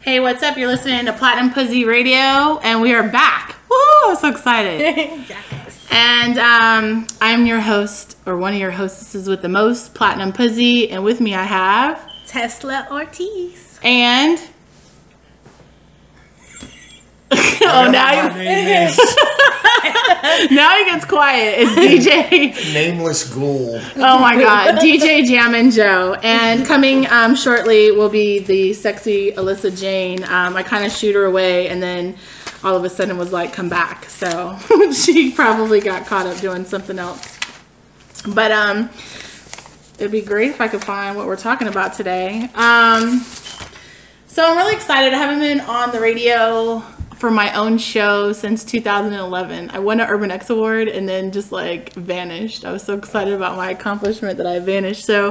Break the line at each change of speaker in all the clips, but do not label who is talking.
Hey, what's up? You're listening to Platinum Pussy Radio, and we are back. Woo! I'm so excited. and um, I'm your host, or one of your hostesses with the most, Platinum Pussy, and with me I have
Tesla Ortiz.
and. oh, now
My name is
he, now he gets quiet. It's DJ.
Nameless Ghoul.
Oh my God, DJ Jam and Joe. And coming um, shortly will be the sexy Alyssa Jane. Um, I kind of shoot her away, and then all of a sudden was like, "Come back." So she probably got caught up doing something else. But um, it'd be great if I could find what we're talking about today. Um, so I'm really excited. I haven't been on the radio for my own show since 2011. I won an Urban X Award and then just like vanished. I was so excited about my accomplishment that I vanished. So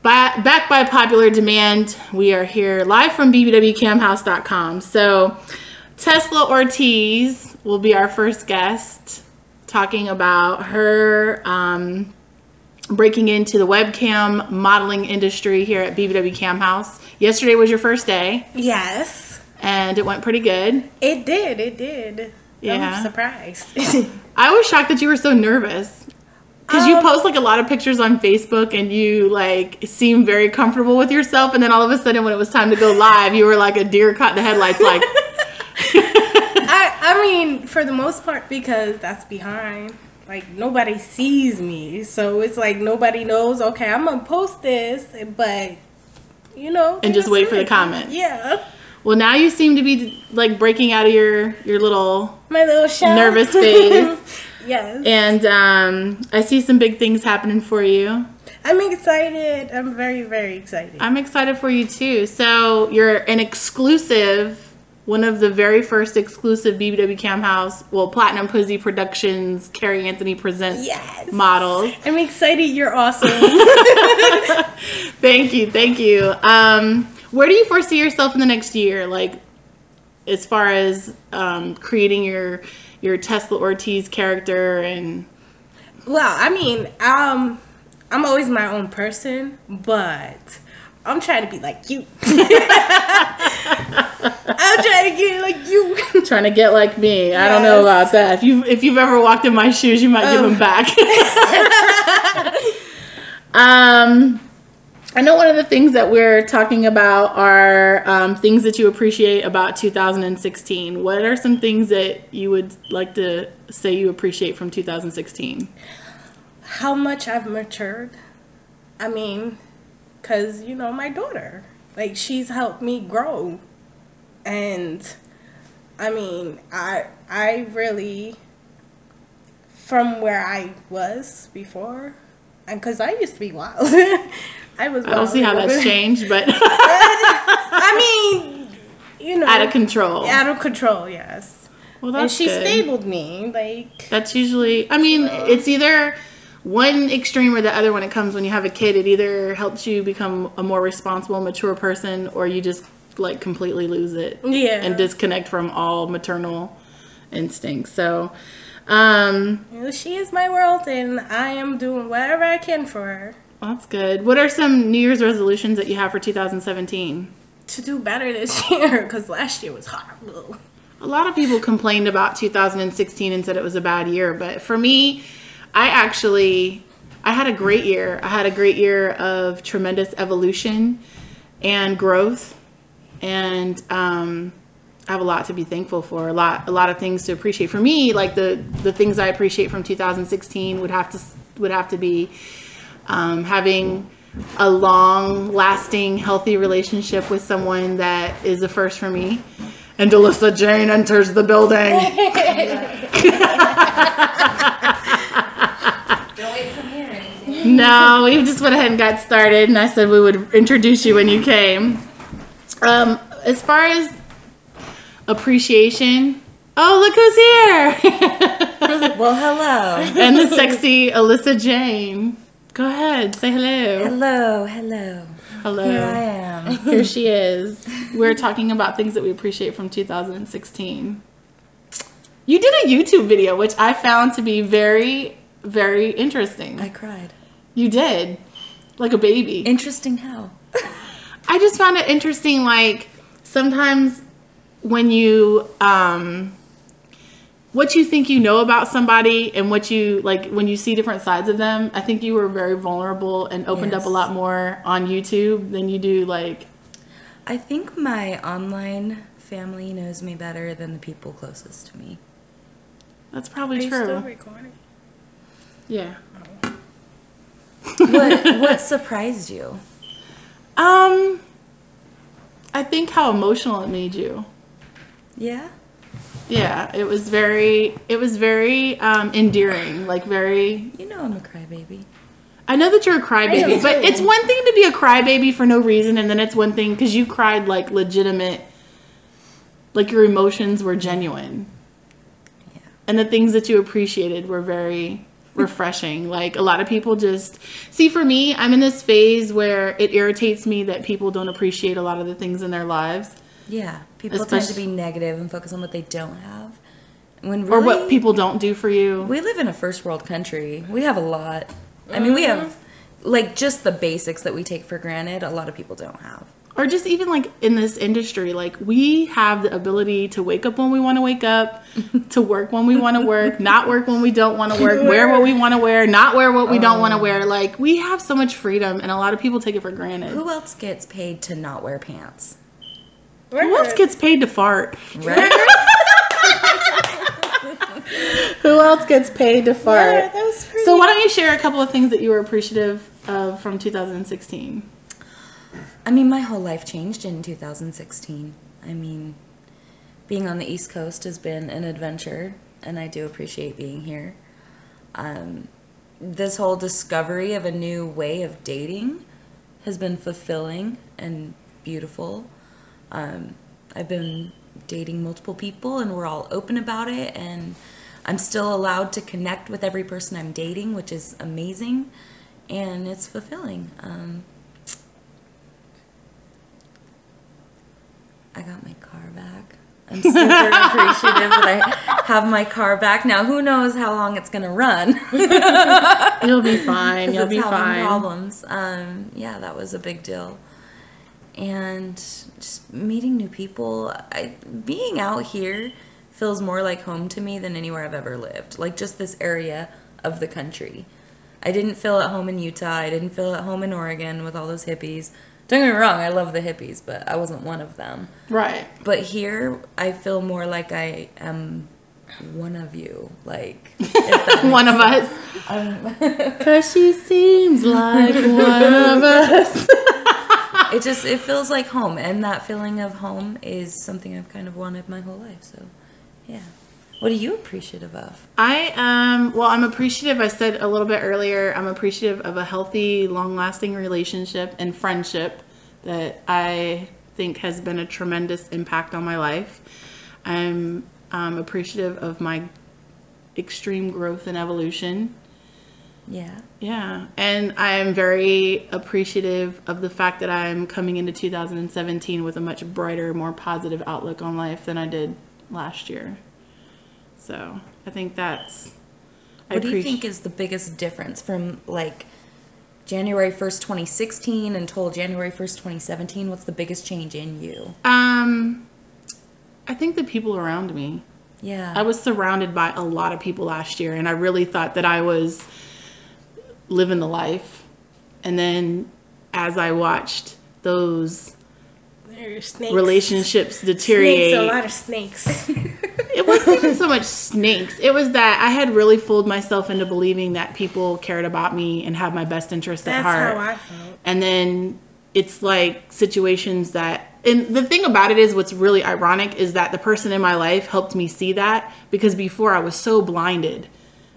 by, back by popular demand, we are here live from bbwcamhouse.com. So Tesla Ortiz will be our first guest talking about her um, breaking into the webcam modeling industry here at BBW Cam House. Yesterday was your first day,
Yes,
and it went pretty good.
it did. It did.
Yeah.
I'm surprised.
I was shocked that you were so nervous because you
Um,
post like a lot of pictures on Facebook and you like seem very comfortable with yourself, and then all of a sudden when it was time to go live, you were like a deer caught in the headlights, like.
I, I mean, for the most part, because that's behind. Like nobody sees me, so it's like nobody knows. Okay, I'm gonna post this, but you know,
And just wait for the comments.
Yeah,
well, now you seem to be like breaking out of your your little
my little shell.
Nervous face.
yes,
and um, I see some big things happening for you.
I'm excited. I'm very, very excited.
I'm excited for you too. So you're an exclusive, one of the very first exclusive BBW Cam House, well, Platinum Pussy Productions, Carrie Anthony Presents
yes,
models.
I'm excited. You're awesome.
thank you, thank you. Um, where do you foresee yourself in the next year? Like, as far as um, creating your your Tesla Ortiz character and
Well, I mean, um, I'm always my own person, but I'm trying to be like you. I'm trying to get like you.
trying to get like me. I don't know
Yes. Oh.
about that. If you if you've ever walked in my shoes, you might give them back. um, I know one of the things that we're talking about are um, things that you appreciate about 2016. What are some things that you would like to say you appreciate from 2016?
How much I've matured. I mean, cause you know my daughter, like she's helped me grow, and I mean, I I really from where I was before, and cause I used to be wild. I was.
I don't see how that's changed, but
I mean, you know,
out of control.
out of control, yes.
Well,
and
that's
she
good.
stabled me, like
That's usually, I mean, it's either one extreme or the other when it comes when you have a kid. It either helps you become a more responsible, mature person, or you just like completely lose it
yeah,
and disconnect from all maternal instincts. So, um,
You know, she is my world, and I am doing whatever I can for her
that's good. What are some New Year's resolutions that you have for 2017?
to do better this year because last year was horrible.
A lot of people complained about 2016 and said it was a bad year, but for me, I actually I had a great year. I had a great year of tremendous evolution and growth, and um, I have a lot to be thankful for. A lot a lot of things to appreciate. For me, like the the things I appreciate from 2016 would have to would have to be um, having a long lasting healthy relationship with someone that is a first for me and Alyssa Jane enters the building.
Don't wait for me or anything.
No, we just went ahead and got started, and I said we would introduce you when you came. Um, as far as appreciation, oh look who's here!
Well, hello.
and the sexy Alyssa Jane. Go ahead, say hello.
hello, hello.
Hello.
Here I am.
Here she is. We're talking about things that we appreciate from 2016. You did a YouTube video, which I found to be very, very interesting.
I cried.
You did. Like a baby.
Interesting how?
I just found it interesting, like, sometimes when you um what you think you know about somebody and what you like when you see different sides of them, I think you were very vulnerable and opened up a
Yes.
lot more on YouTube than you do like
I think my online family knows me better than the people closest to me.
that's
Are
probably
you
true.
still recording?
yeah.
What what surprised you?
Um I think how emotional it made you.
Yeah.
Yeah, it was very it was very um endearing, like very
You know I'm a crybaby.
I know that you're a crybaby, but it's one thing to be a crybaby for no reason, and then it's one thing because you cried like legitimate, like your emotions were genuine.
Yeah.
And the things that you appreciated were very refreshing. like a lot of people just see, for me, I'm in this phase where it irritates me that people don't appreciate a lot of the things in their lives
Yeah. People tend to
Especially-
be negative and focus on what they don't have. When really,
or what people don't do for you.
We live in a first world country. We have a lot. I mean, we have like just the basics that we take for granted. A lot of people don't have.
or just even like in this industry like we have the ability to wake up when we want to wake up to work when we want to work not work when we don't want to work wear what we want to wear not wear what we don't want to wear like we have so much freedom and a lot of people take it for granted who,
Who else gets paid to not wear pants?
else gets paid to fart
Right?
who else gets paid to
Yeah,
fart
that was pretty.
so why don't you share a couple of things that you were appreciative of from 2016
I mean, my whole life changed in 2016. I mean, being on the East Coast has been an adventure, and I do appreciate being here. Um, this whole discovery of a new way of dating has been fulfilling and beautiful. Um, I've been dating multiple people, and we're all open about it, and I'm still allowed to connect with every person I'm dating, which is amazing, and it's fulfilling. Um, I got my car back. I'm super appreciative that I have my car back. Now, who knows how long it's going to run? 'Cause
you'll be fine you'll
it's
be
having
fine
Problems. Um, yeah, that was a big deal. And just meeting new people. I, being out here feels more like home to me than anywhere I've ever lived. Like just this area of the country. I didn't feel at home in Utah. I didn't feel at home in Oregon with all those hippies. Don't get me wrong, I love the hippies, but I wasn't one of them
right
but here I feel more like I am one of you. Like um,
one of us
I'm,
Cause she seems like one of us.
it just it feels like home, and that feeling of home is something I've kind of wanted my whole life. So, yeah. What are you appreciative of?
I am, well, I'm appreciative. I said a little bit earlier, I'm appreciative of a healthy, long lasting relationship and friendship that I think has been a tremendous impact on my life. I'm um, appreciative of my extreme growth and evolution.
Yeah.
Yeah, and I am very appreciative of the fact that I'm coming into 2017 with a much brighter, more positive outlook on life than I did last year. So I think that's. I
What do you
appreci-
think is the biggest difference from like January 1st, 2016 until January 1st, 2017? What's the biggest change in you?
Um, I think the people around me.
Yeah.
I was surrounded by a lot of people last year, and I really thought that I was living the life. And then, as I watched those
There are snakes.
relationships deteriorate,
Snakes, a lot of snakes.
it wasn't even so much snakes. It was that I had really fooled myself into believing that people cared about me and had my best interest at
That's
heart.
how I felt.
and then it's like situations that and the thing about it is what's really ironic is that the person in my life helped me see that because before I was so blinded.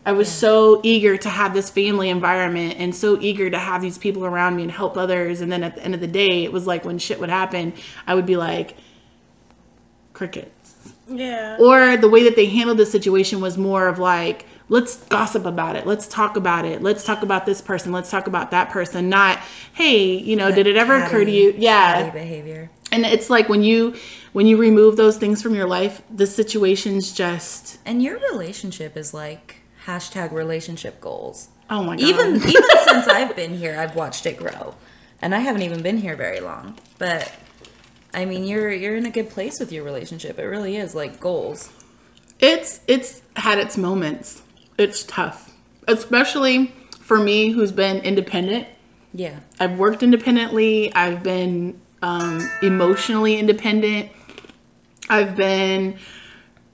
I was so eager to have this family environment and so eager to have these people around me and help others and then at the end of the day it was like when shit would happen, I would be like crickets
Yeah.
or the way that they handled the situation was more of like let's gossip about it let's talk about it let's talk about this person let's talk about that person not hey you know did it ever occur to
catty-
you yeah
catty behavior.
and it's like when you when you remove those things from your life the situation's just
And your relationship is like hashtag relationship goals.
oh my god
Even even since I've been here, I've watched it grow, and I haven't even been here very long. But I mean, you're you're in a good place with your relationship. It really is like goals.
It's it's had its moments. It's tough, especially for me who's been independent.
Yeah.
I've worked independently. I've been um, emotionally independent. I've been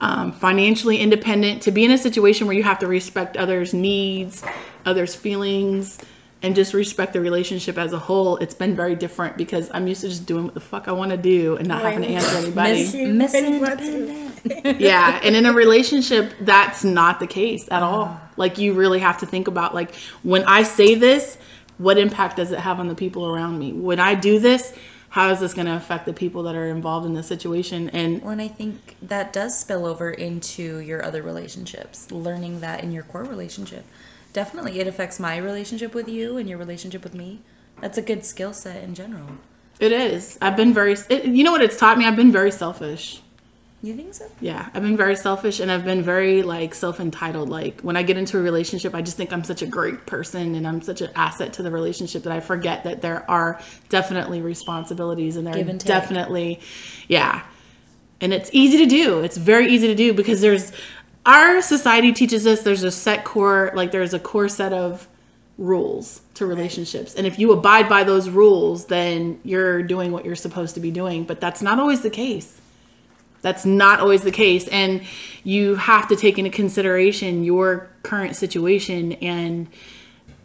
um, financially independent. To be in a situation where you have to respect others' needs, others' feelings, and just respect the relationship as a whole, it's been very different because I'm used to just doing what the fuck I want to do and not having to answer anybody.
Miss, Miss
Pretty much.
Independent.
yeah and in a relationship that's not the case at all like you really have to think about like when i say this what impact does it have on the people around me when i do this how is this going to affect the people that are involved in this situation and
Well, and I think that does spill over into your other relationships. Learning that in your core relationship, definitely it affects my relationship with you and your relationship with me. That's a good skill set in general.
it is i've been very it, you know what it's taught me i've been very selfish
You think so?
yeah i've been very selfish and i've been very like self-entitled like when i get into a relationship i just think i'm such a great person and i'm such an asset to the relationship that i forget that there are definitely responsibilities and there
Give
are
and take.
definitely yeah and it's easy to do it's very easy to do because there's our society teaches us there's a set core like there's a core set of rules to relationships and if you abide by those rules then you're doing what you're supposed to be doing but that's not always the case that's not always the case. And you have to take into consideration your current situation. And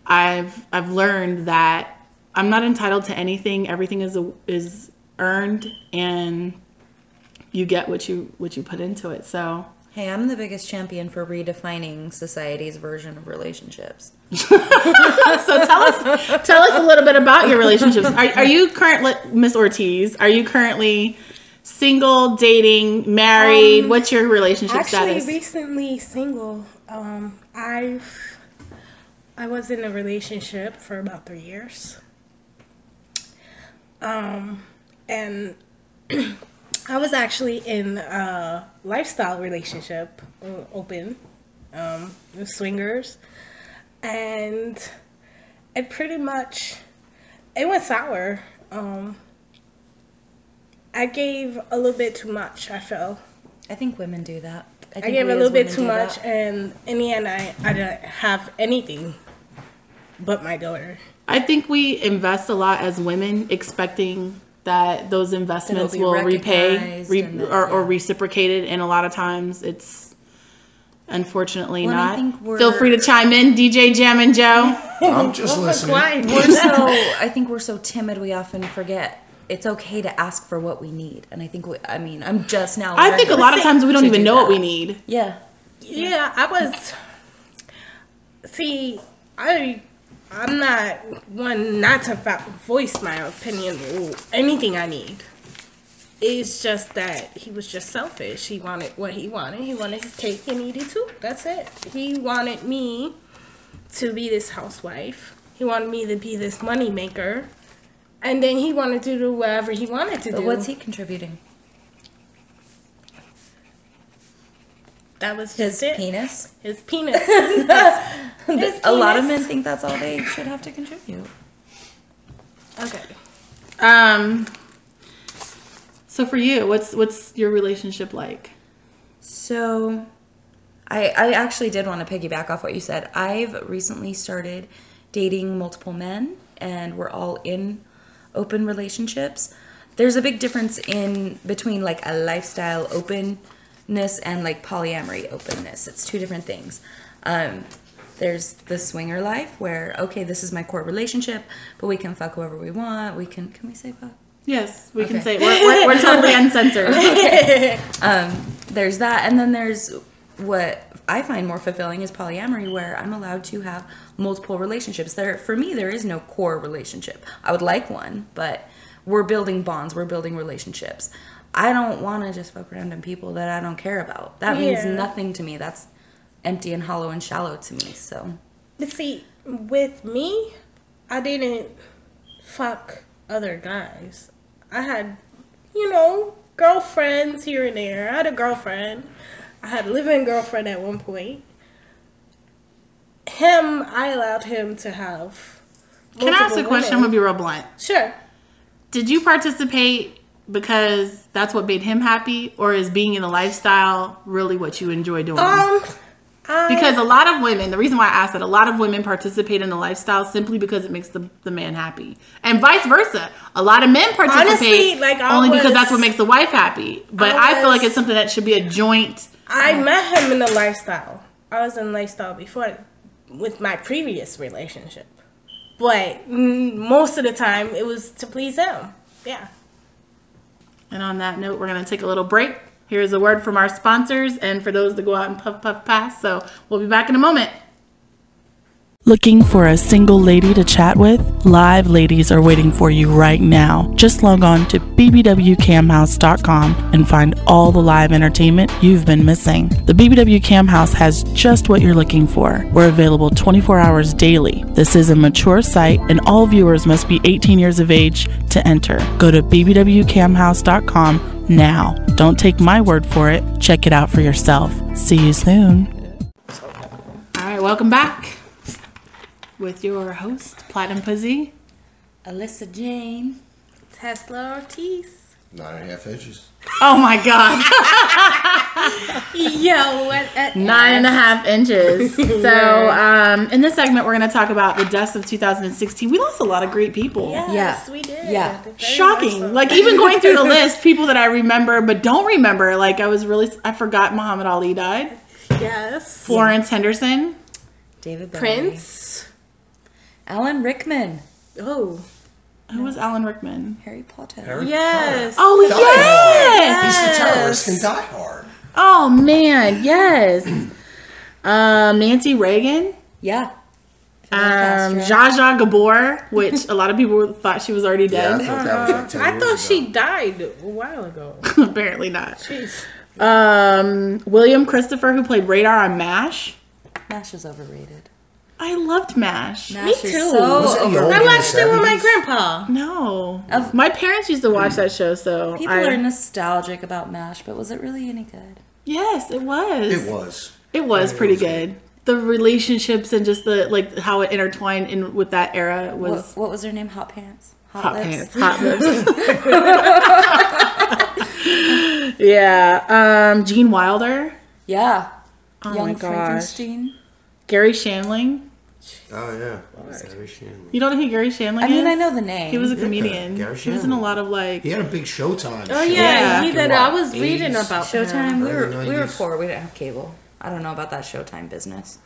I've I've learned that I'm not entitled to anything. Everything is a, is earned, and you get what you what you put into it. So
Hey, I'm the biggest champion for redefining society's version of relationships.
so tell us tell us a little bit about your relationships. Are, are you currently Miss Ortiz? Are you currently single, dating, married?
Um,
What's your relationship
Actually,
status?
recently single. Um, I I was in a relationship for about three years. Um, and I was actually in a lifestyle relationship, uh, open, um, with swingers, and it pretty much it went sour. Um, I gave a little bit too much. I felt.
I think women do that.
I
think
gave
we
a little
as
bit
women
too
do
much,
that.
and in the end, I, I didn't have anything but my daughter.
I think we invest a lot as women, expecting that those investments
be
will repay
recognized
re-
and that-
or, or
yeah.
reciprocated, and a lot of times it's unfortunately
Well, and I
not.
think we're-
Feel free to chime in, DJ Jam and Joe.
Oh
I'm just listening.
We're so, I think we're so timid we often forget it's okay to ask for what we need. And I think, we, I mean, I'm just now.
I think a
learning
lot of times we don't
to
even
do
know what
that.
we need.
Yeah.
Yeah, I was. See, I I'm not one not to fa- voice my opinion or anything I need. It's just that he was just selfish. He wanted what he wanted. He wanted his cake and eat it too. That's it. He wanted me to be this housewife. He wanted me to be this money maker. And then he wanted to do whatever he wanted to
But
do.
what's he contributing?
that was
His
just it.
penis?
His penis. His
a lot of
penis.
men think that's all they should have to contribute.
Okay.
Um, so for you, what's what's your relationship like?
So, I I actually did want to piggyback off what you said. I've recently started dating multiple men, and we're all in open relationships. There's a big difference in between like a lifestyle openness and like polyamory openness. It's two different things. Um, there's the swinger life where okay, this is my core relationship, but we can fuck whoever we want. We can can we say fuck?
Yes, we can say
Okay.
it. we're, we're, we're totally uncensored.
um, there's that, and then there's what I find more fulfilling is polyamory, where I'm allowed to have multiple relationships. There, for me, there is no core relationship. I would like one, but we're building bonds, we're building relationships. I don't want to just fuck random people that I don't care about. That means
Yeah.
nothing to me. That's empty and hollow and shallow to me. So
But see, with me, I didn't fuck other guys. I had, you know, girlfriends here and there. I had a girlfriend. I had a living girlfriend at one point. Him, I allowed him to have.
Can I ask a
multiple
question? I'm
women.
gonna be real blunt.
Sure.
Did you participate because that's what made him happy, or is being in the lifestyle really what you enjoy doing?
Um, I,
because a lot of women, the reason why I asked that, a lot of women participate in the lifestyle simply because it makes the, the man happy, and vice versa. A lot of men participate
Honestly, like, I
only because
was-
that's what makes the wife happy. But I,
I
feel like
was-
it's something that should be a joint.
I met him in the lifestyle. I was in lifestyle before with my previous relationship, but mm, most of the time it was to please him. Yeah.
And on that note, we're gonna take a little break. Here's a word from our sponsors and for those that go out and puff puff pass. So we'll be back in a moment.
Looking for a single lady to chat with? Live ladies are waiting for you right now. Just log on to bbwcamhouse.com and find all the live entertainment you've been missing. The BBW Cam House has just what you're looking for. We're available 24 hours daily. This is a mature site and all viewers must be 18 years of age to enter. Go to bbwcamhouse.com now. Don't take my word for it. Check it out for yourself. See you soon.
All right, welcome back with your host Platinum Puzzy.
Alyssa Jane.
Tesla Ortiz.
Nine and a half inches.
Oh my God.
Yo, what?
Nine and a half inches. So, um, in this segment, we're going to talk about the deaths of 2016. We lost a lot of great people.
Yes, we did.
Yeah.
Very much
Shocking.
so.
Like, even going through the list, people that I remember but don't remember. Like, I was really, I forgot Muhammad Ali died,
yes.
Florence Henderson,
David Bowie.
Prince.
Alan Rickman.
Oh.
who was Alan Rickman?
Harry Potter.
Yes.
Oh, yes.
He's the terrorist in Die Hard.
Oh, man. Yes. Um, Nancy Reagan.
Yeah.
Um,
Fidel Castro.
Zsa Zsa Gabor, which a lot of people thought she was already
Yeah, I
dead.
thought that was like
Uh-huh.
10
I
years
thought
ago.
she died a while ago.
Apparently not.
Jeez.
Um, William Christopher, who played Radar on MASH.
Mash is overrated.
I loved MASH.
Mash is
too.
so
Was it the
overrated.
old-
I
in the
watched it with my
70s?
grandpa.
No.
Of-
My parents used to watch that show, so.
People
I-
are nostalgic about Mash, but was it really any good?
Yes, it was.
It was.
It was
It
pretty
was.
good. The relationships and just the, like, how it intertwined in with that era
What,
was
what was her name? Hot Pants. Hot,
hot
Lips.
pants. Hot lips. yeah. Um, Gene Wilder.
Yeah.
Oh
Young
my gosh.
Frankenstein.
Gary Shanling.
Oh, yeah. Gary Shandling.
You don't know who Gary Shanling
I
is?
mean, I know the name.
He was a comedian.
Gary
he was in a
Shanling.
lot of like.
He had a big Showtime.
Oh,
show
yeah.
Yeah.
He
back in,
did.
what,
I was reading
80s?
about
Showtime. We
Early
were we were
90s.
poor. We didn't have cable. I don't know about that Showtime business.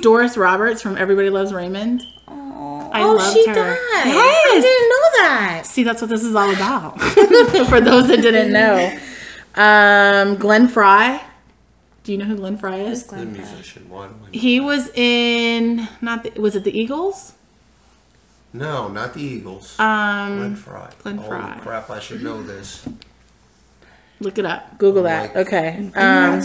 Doris Roberts from Everybody Loves Raymond.
Oh.
I
Oh,
loved
she
her.
died.
Yes.
I didn't know that.
See, that's what this is all about. For those that didn't know, um, Glenn Fry. Do you know who Glenn Fry is?
The musician. Why do I know?
He was in not the, was it the Eagles?
No, not the Eagles. Glenn
Um,
Fry.
Glenn Fry.
Oh, crap. I should know this.
look it up. Google
Oh,
that.
Mike.
Okay. Um,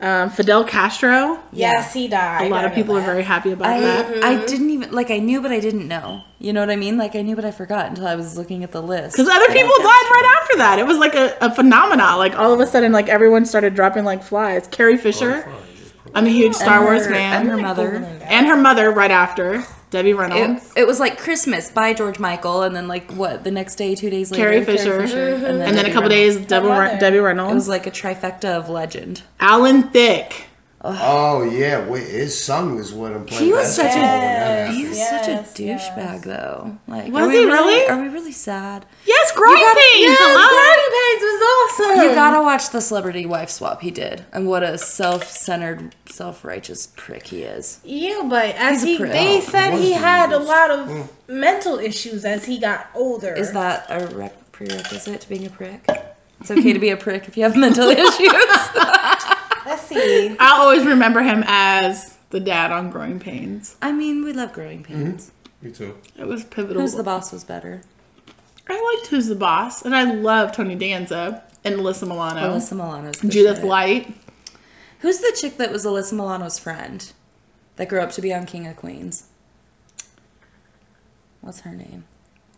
um, Fidel Castro.
Yes, he died.
A lot of people are very happy about that
I, I didn't even like I knew but I didn't know. You know what I mean? Like I knew but I forgot until I was looking at the list.
because other people died right after that. It was like a, a phenomenon. Like all of a sudden, like everyone started dropping like flies. Carrie Fisher.
Fry, just put-
I'm a huge Star
And
Wars
her-
fan.
and her mother.
and her mother right after Debbie
It,
Reynolds,
it was like Christmas by George Michael, and then like what the next day, two days later,
Carrie Fisher,
and then,
and then a
Debbie
couple
Reynolds.
days Debbie, Re- Debbie
It was
Reynolds,
like a trifecta of legend.
Alan Thicke.
Oh, yeah. Wait, his son was with him playing
He was such a-
basketball when that
He was
happened.
such a
Yes,
douchebag, though. Like,
Was
are we
he really?
Are we really sad?
Yes, Grinding.
was awesome.
You gotta watch the Celebrity Wife Swap he did, and what a self-centered, self-righteous prick he is.
Yeah, but as
He's a
he,
pro.
Oh,
they said he
was
had a lot of
Mm.
mental issues as he got older.
Is that a rec- prerequisite to being a prick? It's okay to be a prick if you have mental issues.
Let's see.
I always remember him as the dad on Growing Pains.
I mean, we love growing pains.
Me too.
It was pivotal.
Who's the boss was better?
I liked Who's the Boss, and I love Tony Danza and Alyssa Milano,
Alyssa Milano's. the
Oh. Judith
shit.
Light.
Who's the chick that was Alyssa Milano's friend that grew up to be on King of Queens? What's her name?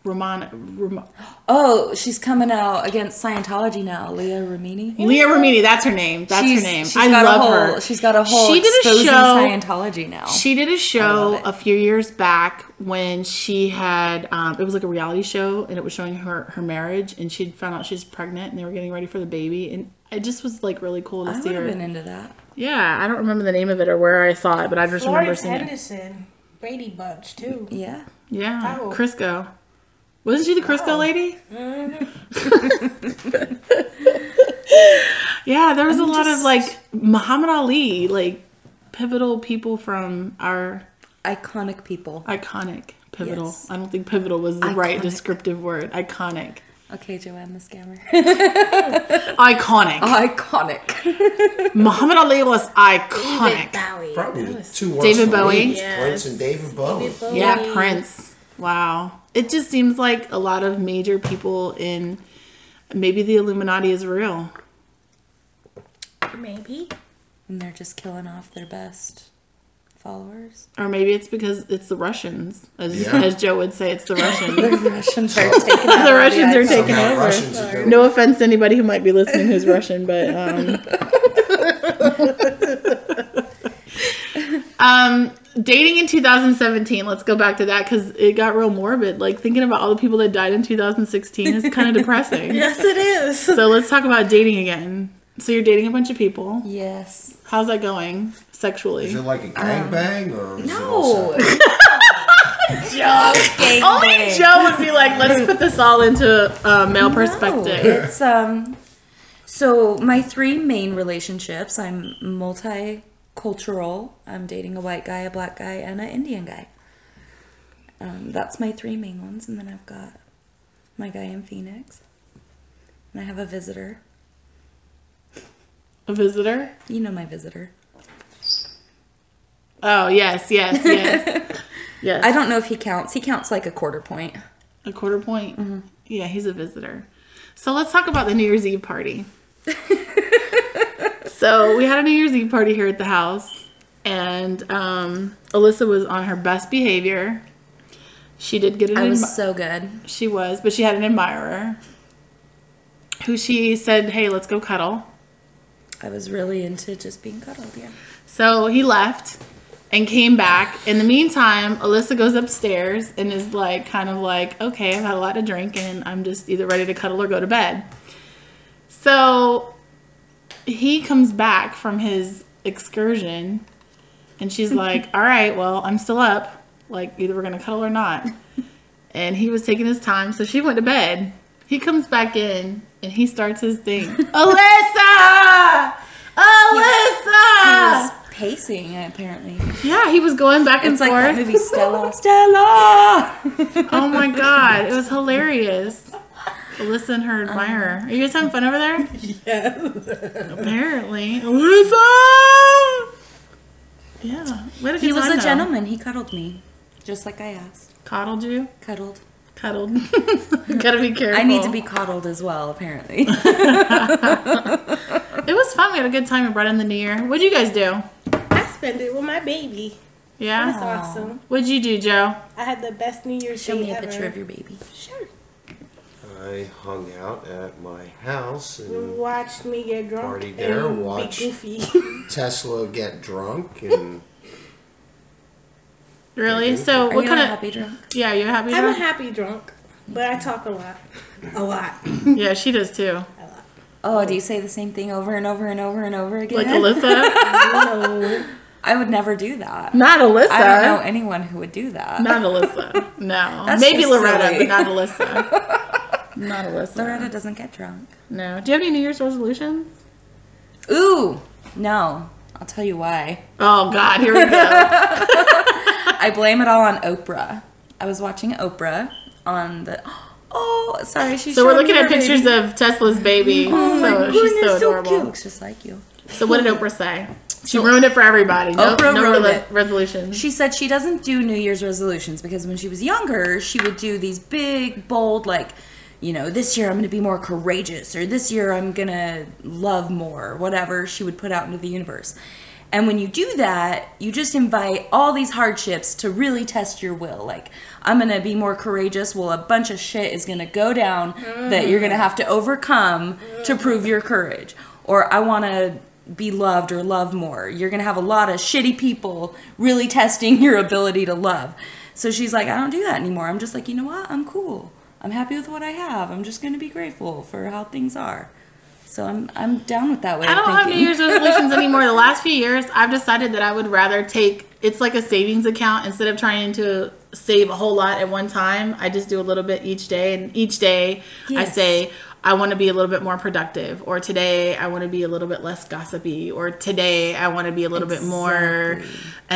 Romano. Rom-
Oh, she's coming out against Scientology now, Leah Remini.
Leah Ramini, that's her name. That's
she's,
her name.
she's
I
got
love
a whole,
her.
She's got a whole
She did a
exposing
show-
Scientology now.
She did a show
it.
a few years back when she had um, it was like a reality show and it was showing her her marriage and she'd found out she's pregnant and they were getting ready for the baby and it just was like really cool to
I
see
would have
her.
been into that.
yeah, I don't remember the name of it or where I saw it, but I just remember
Florence
seeing it.
Henderson, Brady Bunch too.
Yeah.
Yeah,
Oh.
Crisco. Wasn't she the Crisco
Oh.
lady?
Mm-hmm.
yeah, there was a lot of like Muhammad Ali, like pivotal people from our
Iconic people.
iconic pivotal.
Yes.
I don't think pivotal was the
Iconic.
right descriptive word. Iconic.
Okay, Joanne the scammer.
Iconic.
Oh. Iconic.
Muhammad Ali was iconic.
Bowie.
Probably the two worst
David
for me
Bowie?
is Prince and David Bowie.
Yeah, Prince. Wow. It just seems like a lot of major people in maybe the Illuminati is real.
Maybe.
and they're just killing off their best followers.
Or maybe it's because it's the Russians, as,
Yeah.
as Joe would say, it's the Russians.
The Russians are taking
the Russians are
Somehow
taking over.
Russians are doing
No offense to anybody who might be listening who's Russian, but um, um, dating in 2017. Let's go back to that because it got real morbid. Like thinking about all the people that died in 2016 is kind of depressing.
Yes, it is.
So let's talk about dating again. So you're dating a bunch of people.
Yes.
How's that going sexually?
Is it
Um,
like a gangbang or is it all
No.
separate?
Gang
Only
bang.
Joe would be like, let's put this all into a male perspective.
No, it's um so my three main relationships, I'm multicultural. I'm dating a white guy, a black guy, and an Indian guy. Um, that's my three main ones, and then I've got my guy in Phoenix. And I have a visitor.
A visitor?
You know my visitor.
Oh yes, yes, yes, yes.
I don't know if he counts. He counts like a quarter point.
a quarter point.
Mm-hmm.
Yeah, he's a visitor. So let's talk about the New Year's Eve party. so we had a New Year's Eve party here at the house, and um, Alyssa was on her best behavior. She did get an.
I
admi-
was so good.
she was, but she had an admirer who she said, "Hey, let's go cuddle."
I was really into just being cuddled, yeah.
So he left and came back. In the meantime, Alyssa goes upstairs and is like, kind of like, okay, I've had a lot to drink and I'm just either ready to cuddle or go to bed. So he comes back from his excursion and she's like, all right, well, I'm still up. Like, either we're going to cuddle or not. And he was taking his time, so she went to bed. He comes back in and he starts his thing. Alyssa! Alyssa!
He was pacing apparently.
Yeah, he was going back and
It's like that
forth.
movie Stella. Stella.
oh my god, it was hilarious. Alyssa and
Uh-huh.
her admirer. Are you guys having fun over there?
Yes.
Apparently. Alyssa! Yeah. What if
He was a gentleman. He cuddled me, just like I asked.
Coddled you?
Cuddled.
Cuddled. Gotta be careful.
I need to be coddled as well, apparently.
It was fun. We had a good time. We brought in the new year. What'd you guys do?
I spent it with my baby. That's
Yeah?
awesome.
What'd you do, Joe?
I had the best New Year's
Show
Day
me a
ever.
picture of your baby.
Sure.
I hung out at my house
You
and
watched me get drunk
Party there,
and
watch.
be goofy.
Tesla get drunk and
Really? So,
Are
what
you not
kind of.
happy drunk?
Yeah, you're happy?
I'm a
Joe?
happy drunk, but I talk a lot. A lot.
yeah, she does too.
Oh, do you say the same thing over and over and over and over again?
Like Alyssa?
No.
I would never do that.
Not Alyssa.
I don't know anyone who would do that.
Not Alyssa. No.
That's
Maybe
just
Loretta,
silly.
but not Alyssa. not Alyssa.
Loretta doesn't get drunk.
No. Do you have any New Year's resolutions?
Ooh, no. I'll tell you why.
Oh God, here we go.
I blame it all on Oprah. I was watching Oprah on the. Oh, sorry. She
so we're
showed
looking
her
at pictures of Tesla's baby.
Oh my
so
goodness,
she's so adorable.
cute. Looks just like you.
So what did Oprah say? She ruined it for everybody. No,
Oprah
no
ruined
rela-
it.
resolutions.
She said she doesn't do New Year's resolutions because when she was younger, she would do these big, bold, like, you know, this year I'm going to be more courageous or this year I'm going to love more, whatever she would put out into the universe. And when you do that, you just invite all these hardships to really test your will. Like, I'm going to be more courageous. Well, a bunch of shit is going to go down that you're going to have to overcome to prove your courage. Or I want to be loved or love more. You're going to have a lot of shitty people really testing your ability to love. So she's like, I don't do that anymore. I'm just like, you know what? I'm cool. I'm happy with what I have. I'm just going to be grateful for how things are. So I'm I'm down with that way.
I
of
don't have New
thinking.
Year's resolutions anymore. The last few years, I've decided that I would rather take it's like a savings account instead of trying to save a whole lot at one time. I just do a little bit each day, and each day I
Yes.
say I want to be a little bit more productive, or today I want to be a little bit less gossipy, or today I want to be a little bit more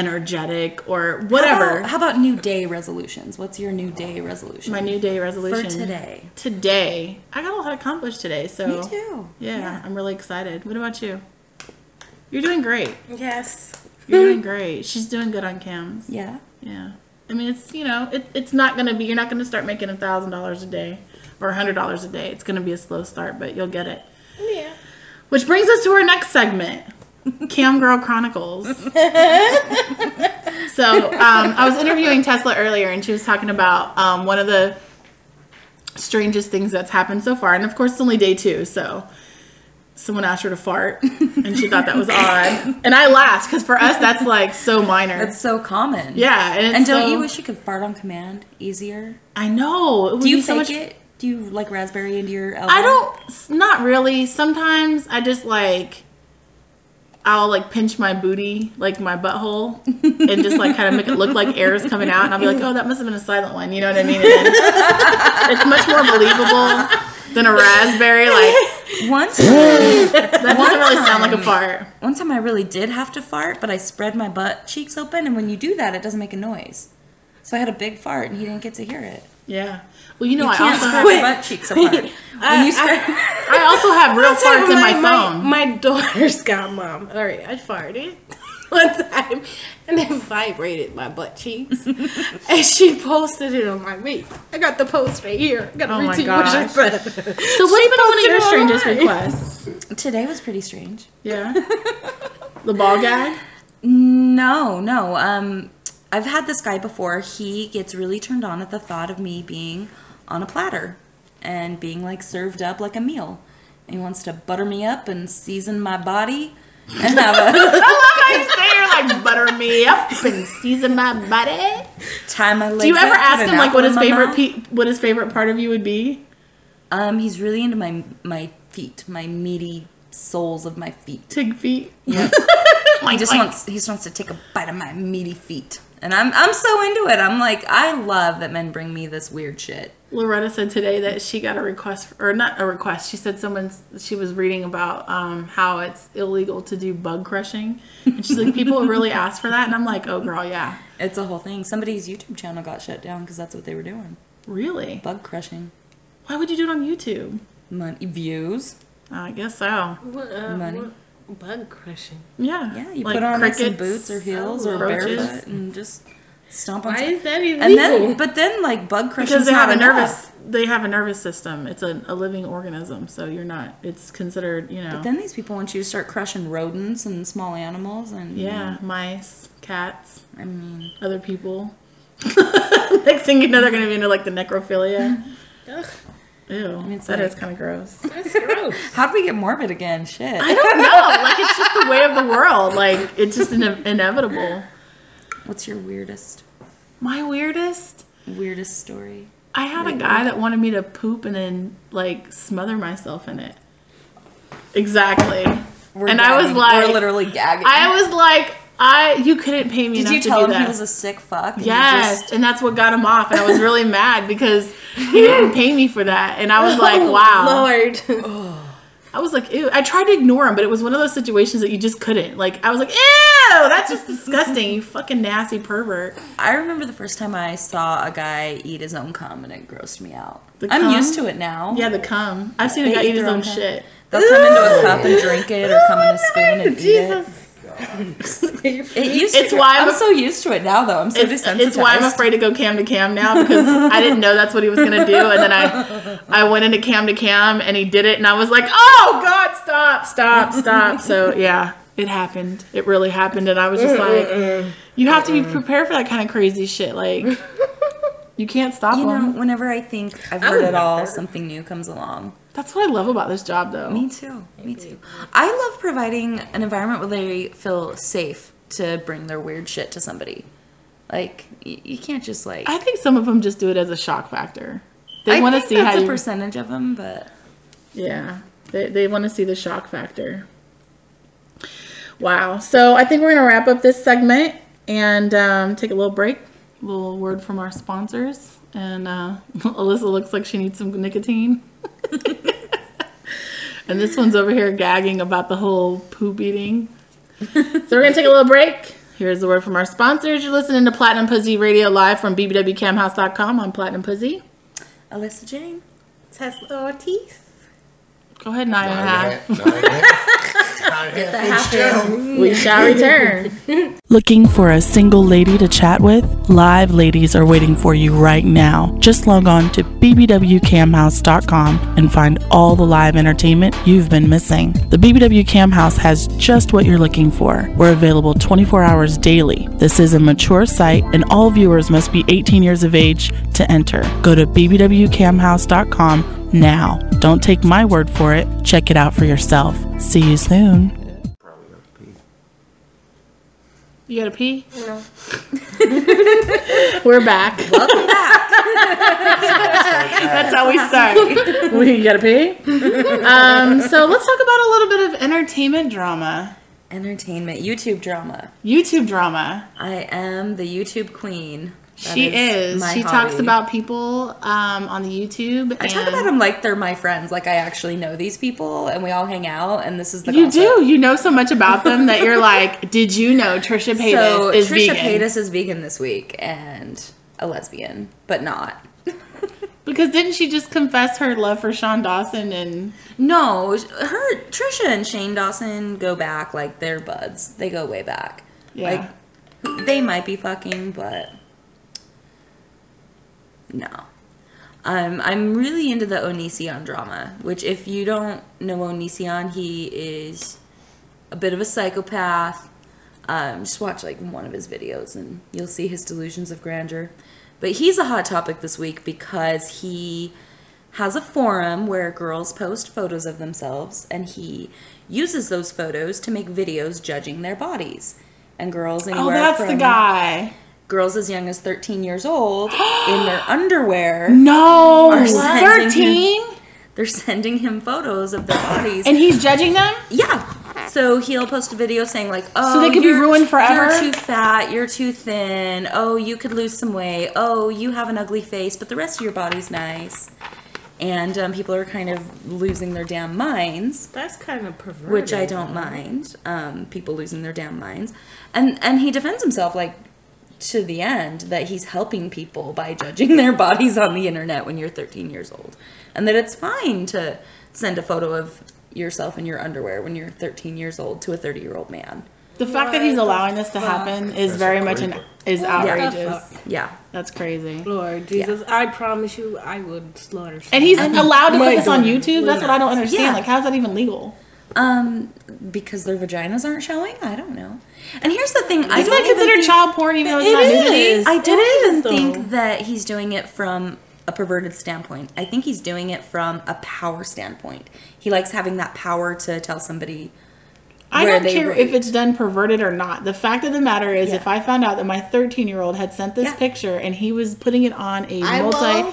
energetic, or
How
whatever.
about, how about new day resolutions? What's your new day resolution?
My new day
for
resolution
today.
Today, I got a lot accomplished today, so
Me too.
Yeah, I'm really excited. What about you? You're doing great.
Yes.
You're doing great. She's doing good on cams.
Yeah.
Yeah. I mean, it's you know, it, it's not gonna be. You're not gonna start making a thousand dollars a day or a hundred dollars a day. It's gonna be a slow start, but you'll get it.
Yeah.
Which brings us to our next segment, Cam Girl Chronicles. so um, I was interviewing Tesla earlier, and she was talking about um, one of the strangest things that's happened so far. And of course, it's only day two, so someone asked her to fart, and she thought that was odd. And I laughed because for us, that's like so minor.
That's so common.
yeah, and, it's
And don't
so-
you wish you could fart on command easier?
I know. It would
Do you
be
fake
so much
it? Do you like raspberry into your elbow?
I don't. s- Not really. Sometimes I just like. I'll like pinch my booty, like my butthole, and just like kind of make it look like air is coming out, and I'll be like, "Oh, that must have been a silent one." You know what I mean? And then- it's much more believable than a raspberry. Like
Once
that doesn't really sound like a
time-
fart.
one time I really did have to fart, but I spread my butt cheeks open, and when you do that, it doesn't make a noise. So I had a big fart, and he didn't get to hear it.
Yeah. Well, you know, I
Can't
also
spread
have,
your butt cheeks apart. when you spread,
I also have real farts in my, phone.
My, daughter's got mom. All right, I farted one time and it vibrated my butt cheeks. and she posted it on my meat. I got the post right here. I got a
Oh my
routine with your
gosh.
brother.
so what's been one of your
posted it
strangest
online.
requests?
today was pretty strange.
Yeah. The ball gag.
No, no. Um, I've had this guy before. He gets really turned on at the thought of me being on a platter and being like served up like a meal. And he wants to butter me up and season my body and have a
Oh, I love how you say you're like butter me up and season my body.
tie my legs.
Do you ever
up, put
ask
an
him like
apple
what
in
his
my
favorite
mouth.
pe- what his favorite part of you would be?
Um, he's really into my my feet, my meaty soles of my feet.
Tig feet.
He just wants he just wants to take a bite of my meaty feet. And I'm I'm so into it. I'm like I love that men bring me this weird shit.
Loretta said today that she got a request or not a request. She said someone's she was reading about um, how it's illegal to do bug crushing, and she's like, people really ask for that, and I'm like, oh girl, yeah,
It's a whole thing. Somebody's YouTube channel got shut down because that's what they were doing.
really?
Bug crushing.
Why would you do it on YouTube?
Money views.
I guess so.
What, uh,
Money.
what- Bug crushing.
Yeah.
Yeah, you
Like
put on like, some
crickets, Oh,
boots or heels or
roaches.
barefoot and just stomp on
Why
some-
is that illegal?
And then but then like bug crushing.
because they have a nervous they have a nervous system. It's a, a living organism, so you're not. It's considered you know.
Then these people want you to start crushing rodents and small animals and
yeah, mice, cats,
I mean
other people. Next thing you know, they're gonna be into like the necrophilia.
Ugh,
Ew,
mean, it's
that
like-
is kind of gross.
that's gross.
how do we get morbid again? Shit.
I don't know. Like it's just the way of the world. Like it's just ine- inevitable.
What's your weirdest
My weirdest.
weirdest story?
I had a guy that wanted me to poop and then like smother myself in it. Exactly.
We're
and I was
gagging.
like,
we're literally gagging.
I was like, I you couldn't pay me
Did
enough
you
to
tell
do
him
that.
he was a sick fuck? and you
yes,
just-
and that's what got him off, and I was really mad because he didn't pay me for that, and I was
Oh,
like, wow.
Lord.
I was like, ew. I tried to ignore him, but it was one of those situations that you just couldn't. Like, I was like, ew, that's just disgusting. You fucking nasty pervert.
I remember the first time I saw a guy eat his own cum and it grossed me out.
The
I'm
cum?
used to it now.
Yeah, the cum. I've seen a
They
guy
eat
eat his
their own
own
cum.
shit.
They'll come into a cup and drink it or come in a spoon and eat it. It used
It's
to,
why I'm
I'm,
a-
so used to it now though. I'm so
It's,
desensitized.
it's why I'm afraid to go cam to cam now because I didn't know that's what he was gonna do, and then I, I went into cam to cam and he did it, and I was like, oh god, stop, stop, stop. So yeah, It happened. It really happened, and I was just like, you have to be prepared for that kind of crazy shit. Like, you can't stop
You know,
them.
whenever I think I've heard it all,
remember.
something new comes along.
That's what I love about this job, though.
Me too. Me too. I love providing an environment where they feel safe to bring their weird shit to somebody. Like y- you can't just like.
I think some of them just do it as a shock factor. They
I
want to
think
see
that's
how
a
you.
percentage of them, but
Yeah, they, they want to see the shock factor. Wow. So I think we're going to wrap up this segment and um, take a little break. A little word from our sponsors. And uh, Alyssa looks like she needs some nicotine. and this one's over here gagging about the whole poop eating. so we're going to take a little break. Here's the word from our sponsors. You're listening to Platinum Pussy Radio live from bbwcamhouse.com. I'm Platinum Pussy.
Alyssa Jane.
Tesla Ortiz.
Go ahead, nine and a half. We shall return.
Looking for a single lady to chat with? Live ladies are waiting for you right now. Just log on to bbwcamhouse.com and find all the live entertainment you've been missing. The BBW Cam House has just what you're looking for. We're available 24 hours daily. This is a mature site and all viewers must be 18 years of age to enter. Go to bbwcamhouse.com now. Don't take my word for it. Check it out for yourself. See you soon.
You gotta pee? No. We're back. That's how we start. we gotta pee. Um, so let's talk about a little bit of entertainment drama,
Entertainment YouTube drama.
YouTube drama.
I am the YouTube queen. That
she is.
my
She
hobby.
talks about people um, on the YouTube.
I
and-
talk about them like they're my friends. Like I actually know these people, and we all hang out. And this is the
You
gossip.
do. You know so much about them that you're like, did you know Trisha Paytas
So
is
Trisha
vegan?
Paytas is vegan this week and a lesbian, but not.
Because didn't she just confess her love for Sean Dawson and
No, her Trisha and Shane Dawson go back like they're buds. They go way back.
yeah?
Like they might be fucking, but no. Um, I'm really into the Onision drama, which if you don't know Onision, he is a bit of a psychopath. Um, just watch like one of his videos and you'll see his delusions of grandeur. But he's a hot topic this week because he has a forum where girls post photos of themselves and he uses those photos to make videos judging their bodies. And girls anywhere
oh, that's the
from
guy.
girls as young as 13 years old in their underwear.
No,
Or sending him-
thirteen.
They're sending him photos of their bodies.
And he's judging them?
yeah. So he'll post a video saying like, "Oh,
they could be
you're-
ruined forever?
You're too fat. You're too thin. Oh, you could lose some weight. Oh, you have an ugly face, but the rest of your body's nice." And um, people are kind of losing their damn minds.
That's kind of perverted.
which I don't mind. Um, people losing their damn minds, and and he defends himself like to the end that he's helping people by judging their bodies on the internet when you're 13 years old, and that it's fine to send a photo of yourself in your underwear when you're 13 years old to a 30 year old man.
The fact that he's allowing this to happen is very much an is outrageous.
Yeah,
That's crazy.
Lord Jesus, I promise you, I would slaughter.
And he's allowed to put
My
this on
daughter
YouTube.
will
That's what I don't understand.
Yeah.
Like, how's that even legal?
um, because their vaginas aren't showing. I don't know. And here's the thing: I
Isn't
don't
that
even
considered
think-
child porn? Even though it's not nudity?
I don't even
though.
think that he's doing it from a perverted standpoint. I think he's doing it from a power standpoint. He likes having that power to tell somebody.
I
where
don't
they
care
rate.
if it's done perverted or not. The fact of the matter is, if I found out that my 13 year old had sent this
Yeah.
picture and he was putting it on a
I will
multi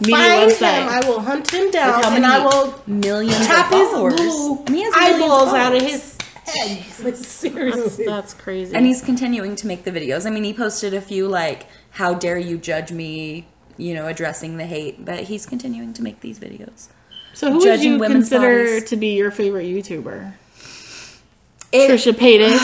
media
Find him.
website,
I will hunt him
Look
down,
how
and I
many
will
millions of
chop his
followers.
little
And he has millions of
eyeballs out of his
followers.
head. Like,
that's,
seriously.
that's crazy.
And he's continuing to make the videos. I mean, he posted a few like, "How dare you judge me?" You know, addressing the hate, but he's continuing to make these videos.
so, who would
judging
you
women's
consider
bodies.
to be your favorite YouTuber?
It-
Trisha Paytas.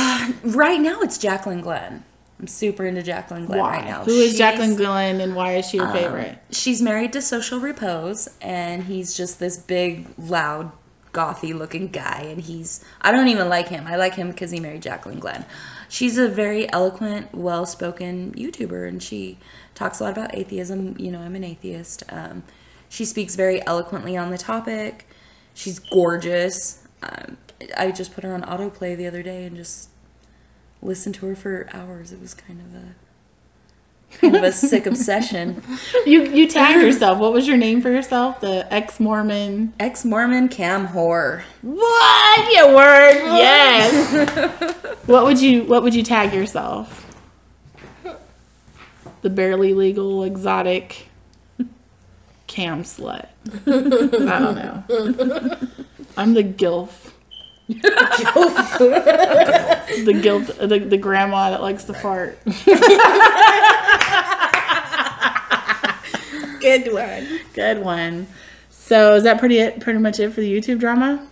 Right now, it's Jacqueline Glenn. I'm super into Jacqueline Glenn
Why?
right now.
Who is
She's- Uh,
Jacqueline Gillen and why is she your favorite?
she's married to Social Repose, and he's just this big, loud, gothy looking guy. And he's, I don't even like him. I like him because he married Jacqueline Glenn. She's a very eloquent, well spoken YouTuber, and she talks a lot about atheism. You know, I'm an atheist. Um, she speaks very eloquently on the topic. She's gorgeous. Um, I just put her on autoplay the other day and just listened to her for hours. It was kind of a kind of a sick obsession.
You you tagged yourself. What was your name for yourself? The ex Mormon.
Ex Mormon cam whore.
What your word? Yes. what would you What would you tag yourself? The barely legal exotic cam slut. I don't know. I'm the gilf. the guilt, the, the grandma that likes to fart.
Good one.
Good one. So is that pretty pretty much it for the YouTube drama?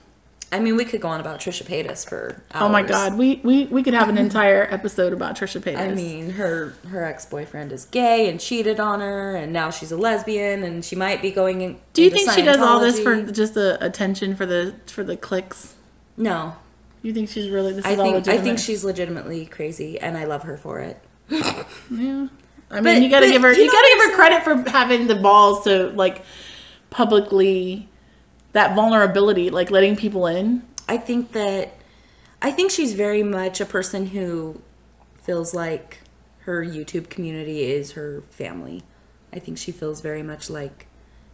I mean, we could go on about Trisha Paytas for hours.
Oh my God, we we, we could have an entire episode about Trisha Paytas.
I mean, her her ex boyfriend is gay and cheated on her, and now she's a lesbian, and she might be going in.
do you
into
think she does all this for
Scientology.
just the attention for the for the clicks?
No,
You think she's really this is
I
all
think I
legitimate?
think she's legitimately crazy, and I love her for it.
Yeah. I mean,
But-
you gotta
but
give her
you
you,
know
gotta give
there's
her credit for having the balls to like publicly that vulnerability, like letting people in.
I think that I think she's very much a person who feels like her YouTube community is her family. I think she feels very much like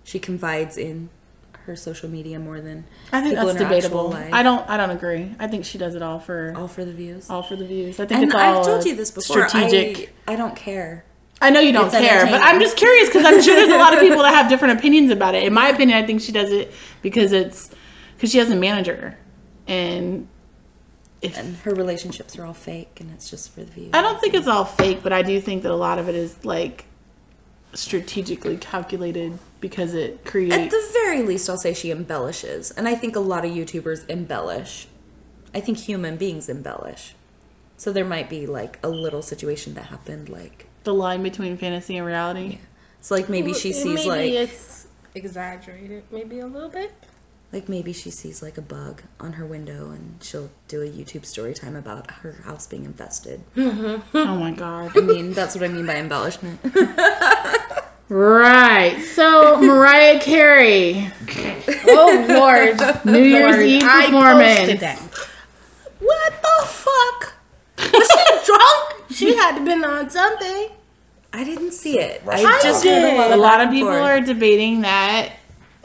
she confides in her social media more than
I think
people
that's
in her actual
debatable.
life.
I don't I don't agree. I think she does it all for all,
all for the views.
for the views. I think
and
it's all
I've told you this before.
strategic.
I, I don't care.
I, know you don't
it's
care, but I'm
entertaining.
just curious because I'm sure there's a lot of people that have different opinions about it. In my opinion, I think she does it because it's because she has a manager, and if
And her relationships are all fake, and it's just for the views.
I don't think it's all fake, but I do think that a lot of it is like strategically calculated because it
At
creates.
the very least, I'll say she embellishes, and I think a lot of YouTubers embellish. I think human beings embellish. So there might be like a little situation that happened, like
the line between fantasy and reality.
so, like maybe she
Well,
sees
maybe
like
it's exaggerated, maybe a little bit.
like maybe she sees like a bug on her window, and she'll do a YouTube story time about her house being infested. Mm-hmm.
Oh my god.
I mean, that's what I mean by embellishment.
Right. So Mariah Carey,
Oh Lord,
New Year's Eve performance.
What the fuck? Was she drunk? She had to been on something.
I didn't see it. I
I
just
did.
heard a lot
A
of,
lot
back
of
and
people
forth.
are debating that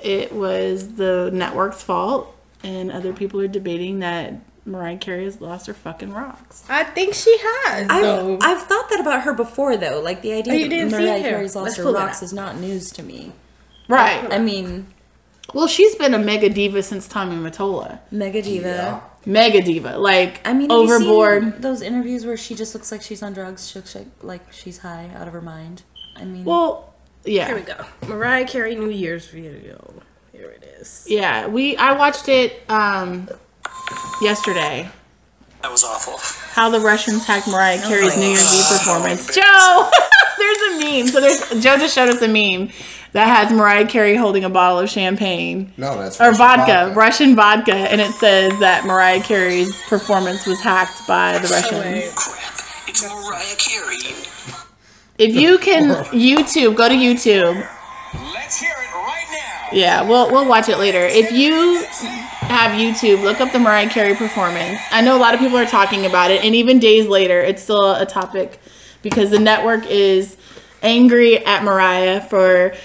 it was the network's fault, and other people are debating that Mariah Carey has lost her fucking rocks.
I think she has. though.
I've, I've thought that about her before, though. Like the idea
Oh, you
that
didn't see it
Mariah
here.
Carey's lost
Let's
her
pull it up.
rocks is not news to me.
Right.
I mean,
Well, she's been a mega diva since Tommy Mottola.
mega diva.
Mega diva, like
I mean,
Oh,
have you seen
overboard.
those interviews where she just looks like she's on drugs. She looks like, like she's high out of her mind. I mean,
Well,
Here
yeah,
we go. Mariah Carey New Year's video. Here it is.
yeah. We I watched it um yesterday.
That was awful.
How the Russians hacked Mariah Carey's New Year's Eve performance. Joe, there's a meme. So there's Joe just showed us a meme that has Mariah Carey holding a bottle of champagne
No, that's
or
Russian
vodka, Russian vodka, and it says that Mariah Carey's performance was hacked by the Russians.
Crap. It's Mariah Carey.
If you can YouTube, go to YouTube
Let's hear it right now.
Yeah, we'll we'll watch it later. If you have YouTube, look up the Mariah Carey performance. I know a lot of people are talking about it, and even days later, it's still a topic because the network is angry at Mariah for.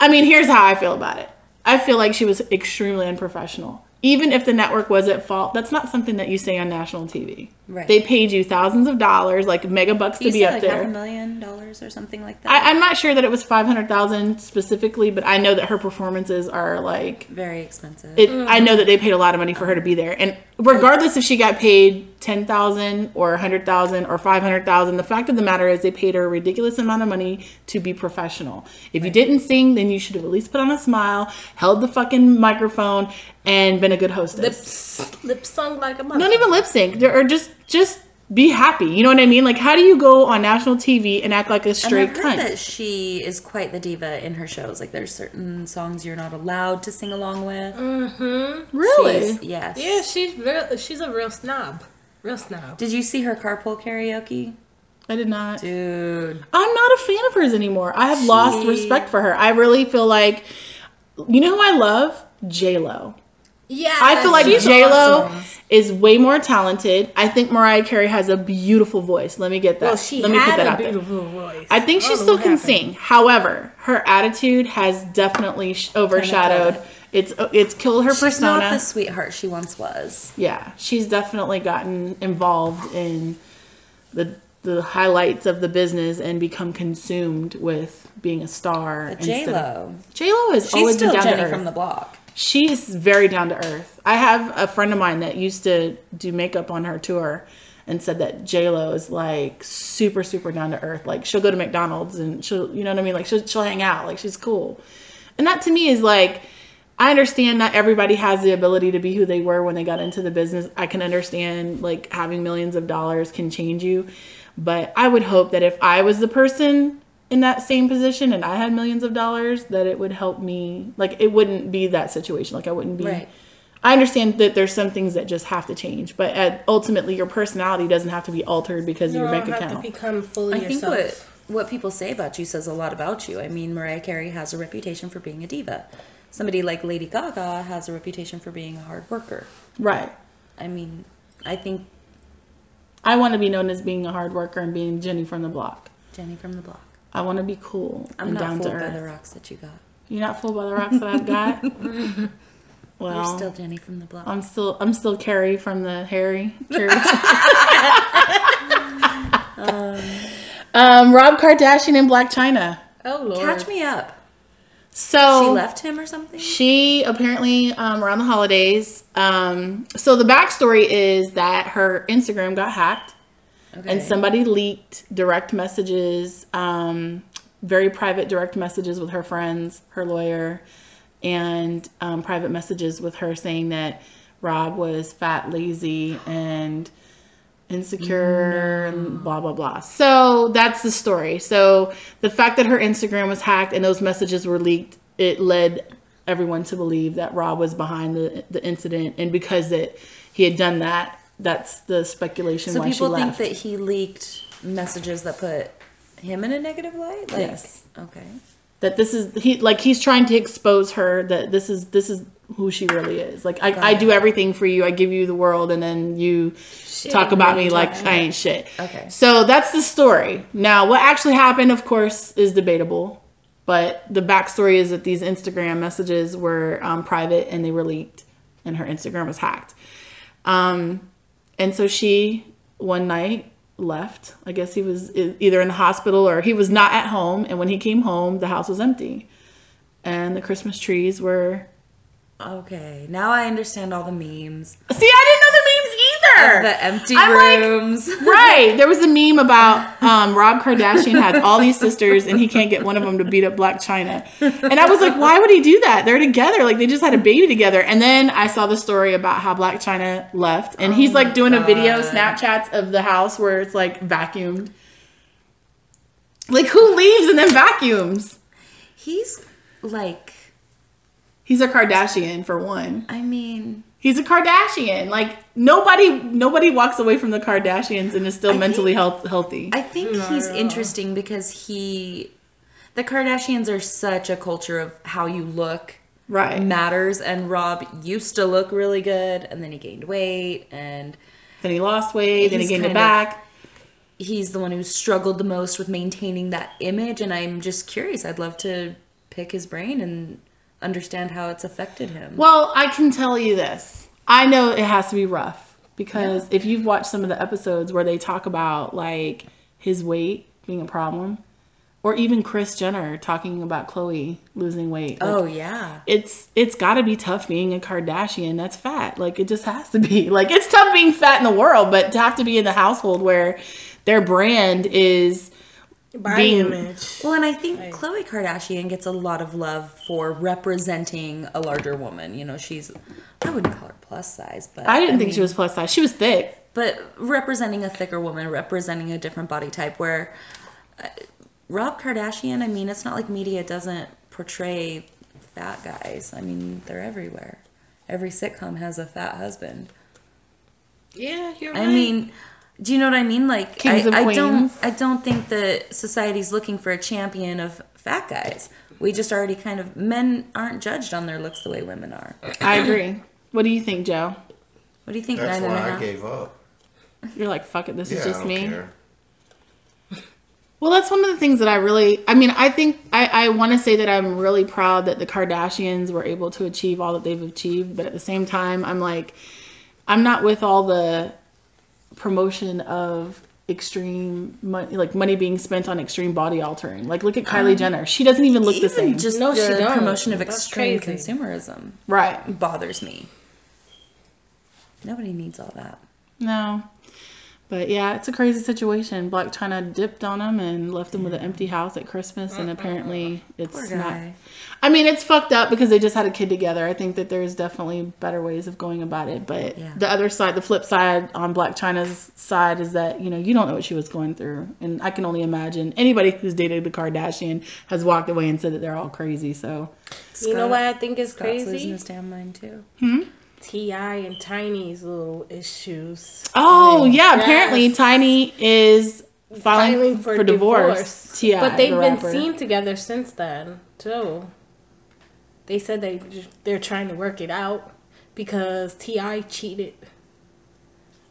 I mean, here's how I feel about it. I feel like she was extremely unprofessional. Even if the network was at fault, that's not something that you say on national TV.
Right.
They paid you thousands of dollars, like mega bucks
you
to be
said
up
like
there.
half a million dollars or something like that.
I, I'm not sure that it was five hundred thousand specifically, but I know that her performances are like
Very expensive.
it, I know that they paid a lot of money for her to be there, and regardless if she got paid ten thousand or a hundred thousand or five hundred thousand, the fact of the matter is they paid her a ridiculous amount of money to be professional. If you didn't sing, then you should have at least put on a smile, held the fucking microphone, and been a good hostess.
Lips, lip sung like a mother.
Don't even lip sync, or just just be happy. You know what I mean? Like, how do you go on national TV and act like a
and
straight
I've heard
cunt?
that she is quite the diva in her shows. Like there's certain songs you're not allowed to sing along with.
really?
She's- yes.
Yeah, she's real. She's a real snob. Real snob.
Did you see her carpool karaoke?
I did not.
Dude.
I'm not a fan of hers anymore. I have lost respect for her. I really feel like, you know who I love? J Lo.
Yeah,
I feel like
she's
J Lo
awesome.
is way more talented. I think Mariah Carey has a beautiful voice. Let me get that.
Well, she
Let me
had a
out there.
beautiful voice.
I think she
don't know
still
what
can
happened.
sing. However, her attitude has definitely sh- overshadowed. It's uh, it's killed her
She's not
persona.
the sweetheart she once was.
yeah, she's definitely gotten involved in the the highlights of the business and become consumed with being a star.
J Lo.
J Lo is
She's
always been
still
down to
Jenny
earth.
from the block.
She is very down to earth. I have a friend of mine that used to do makeup on her tour and said that J-Lo is like super, super down to earth. Like she'll go to McDonald's and she'll, you know what I mean? Like she'll, she'll hang out. Like she's cool. And that to me is like, I understand not everybody has the ability to be who they were when they got into the business. I can understand like having millions of dollars can change you. But I would hope that if I was the person in that same position and I had millions of dollars, that it would help me. Like it wouldn't be that situation. Like I wouldn't be.
Right.
I understand that there's some things that just have to change, but at, ultimately your personality doesn't have to be altered because
You
of your
don't
bank
have to
account.
become fully
I think
yourself.
what what people say about you says a lot about you. I mean, Mariah Carey has a reputation for being a diva. Somebody like Lady Gaga has a reputation for being a hard worker.
right.
I mean, I think
I want to be known as being a hard worker and being Jenny from the block.
Jenny from the block.
I want to be cool
I'm
and
not
down to
fooled by
earth.
the rocks that you got.
You're not fooled by the rocks that I've got. well,
You're still Jenny from the block.
I'm still I'm still Carrie from the Harry. Carrie. um, Rob Kardashian and Black China.
Oh lord.
Catch me up.
So
She left him or something?
Oh. She apparently um, around the holidays. Um, so the backstory is that her Instagram got hacked
Okay.
and somebody leaked direct messages, um, very private direct messages with her friends, her lawyer, and um, private messages with her saying that Rob was fat, lazy, and insecure and blah blah blah. So that's the story. So the fact that her Instagram was hacked and those messages were leaked, it led everyone to believe that Rob was behind the the incident and because it he had done that, that's the speculation
so
why she
people think
left.
that he leaked messages that put him in a negative light? Like,
Yes.
Okay.
that this is he like he's trying to expose her that this is this is who she really is. Like I, I do everything for you. I give you the world and then you talk about me like I ain't shit.
Okay.
So that's the story. Now what actually happened of course is debatable, but the backstory is that these Instagram messages were um, private and they were leaked and her Instagram was hacked. Um, and so she one night left. I guess he was e- either in the hospital or he was not at home. And when he came home, the house was empty, and the Christmas trees were.
Okay. Now I understand all the memes.
See, I didn't know the memes either.
The empty
I'm like,
rooms.
Right. There was a meme about um, Rob Kardashian had all these sisters and he can't get one of them to beat up Black China. And I was like, why would he do that? They're together. Like they just had a baby together. And then I saw the story about how Black China left and
Oh
he's like doing a video Snapchats of the house where it's like vacuumed. Like who leaves and then vacuums?
He's like,
He's a Kardashian for one.
I mean,
He's a Kardashian. Like nobody nobody walks away from the Kardashians and is still
think-
mentally health, healthy.
I think he's interesting because he, the Kardashians are such a culture of how you look
right.
matters, and Rob used to look really good, and then he gained weight, and
Then he lost weight, then he
He's
gained it
kind of-
back.
he's the one who struggled the most with maintaining that image, and I'm just curious. I'd love to pick his brain and understand how it's affected him.
Well, I can tell you this. I know it has to be rough because if you've watched some of the episodes where they talk about like his weight being a problem, or even Chris Jenner talking about Chloe losing weight. like,
oh yeah.
it's it's got to be tough being a Kardashian that's fat. Like it just has to be. Like it's tough being fat in the world, but to have to be in the household where their brand is
Body
being-
image.
Well, and I think Khloe Kardashian gets a lot of love for representing a larger woman. You know, she's I wouldn't call her plus size, but
I didn't think she was plus size. She was thick.
but representing a thicker woman, representing a different body type. Where uh, Rob Kardashian, I mean, it's not like media doesn't portray fat guys. I mean, they're everywhere. Every sitcom has a fat husband.
Yeah, you're
I mean, do you know what I mean? Like,
Kings
I,
of
I don't,
Queens.
I don't think that society's looking for a champion of fat guys. We just already kind of men aren't judged on their looks the way women are.
I agree. What do you think, Joe?
What do you think?
That's
nine and a
why I
half?
gave up.
You're like, fuck it, this
Yeah,
is
I
just
don't
me.
care.
Well, that's one of the things that I really, I mean, I think I, I want to say that I'm really proud that the Kardashians were able to achieve all that they've achieved. But at the same time, I'm like, I'm not with all the promotion of extreme money, like money being spent on extreme body altering. Like, look at Kylie
Um,
Jenner. She doesn't even look the same.
Just
No,
the
she don't.
promotion of
That's
extreme
crazy.
consumerism
right.
bothers me. Nobody needs all that.
No. But yeah, it's a crazy situation. Black China dipped on him and left him with an empty house at Christmas, and apparently it's
Poor
not.
guy.
I mean, it's fucked up because they just had a kid together. I think that there's definitely better ways of going about it. But
Yeah.
the other side, the flip side on Black China's side is that, you know, you don't know what she was going through. And I can only imagine anybody who's dated a Kardashian has walked away and said that they're all crazy. So,
You know what I think is
Scott's losing
crazy?
his damn mind too.
Ti and Tiny's little issues.
oh, yeah, apparently Tiny is filing,
Filing
for,
for
divorce.
divorce.
Yeah,
but they've
the
been
rapper.
seen together since then too. They said they j- they're trying to work it out because Ti cheated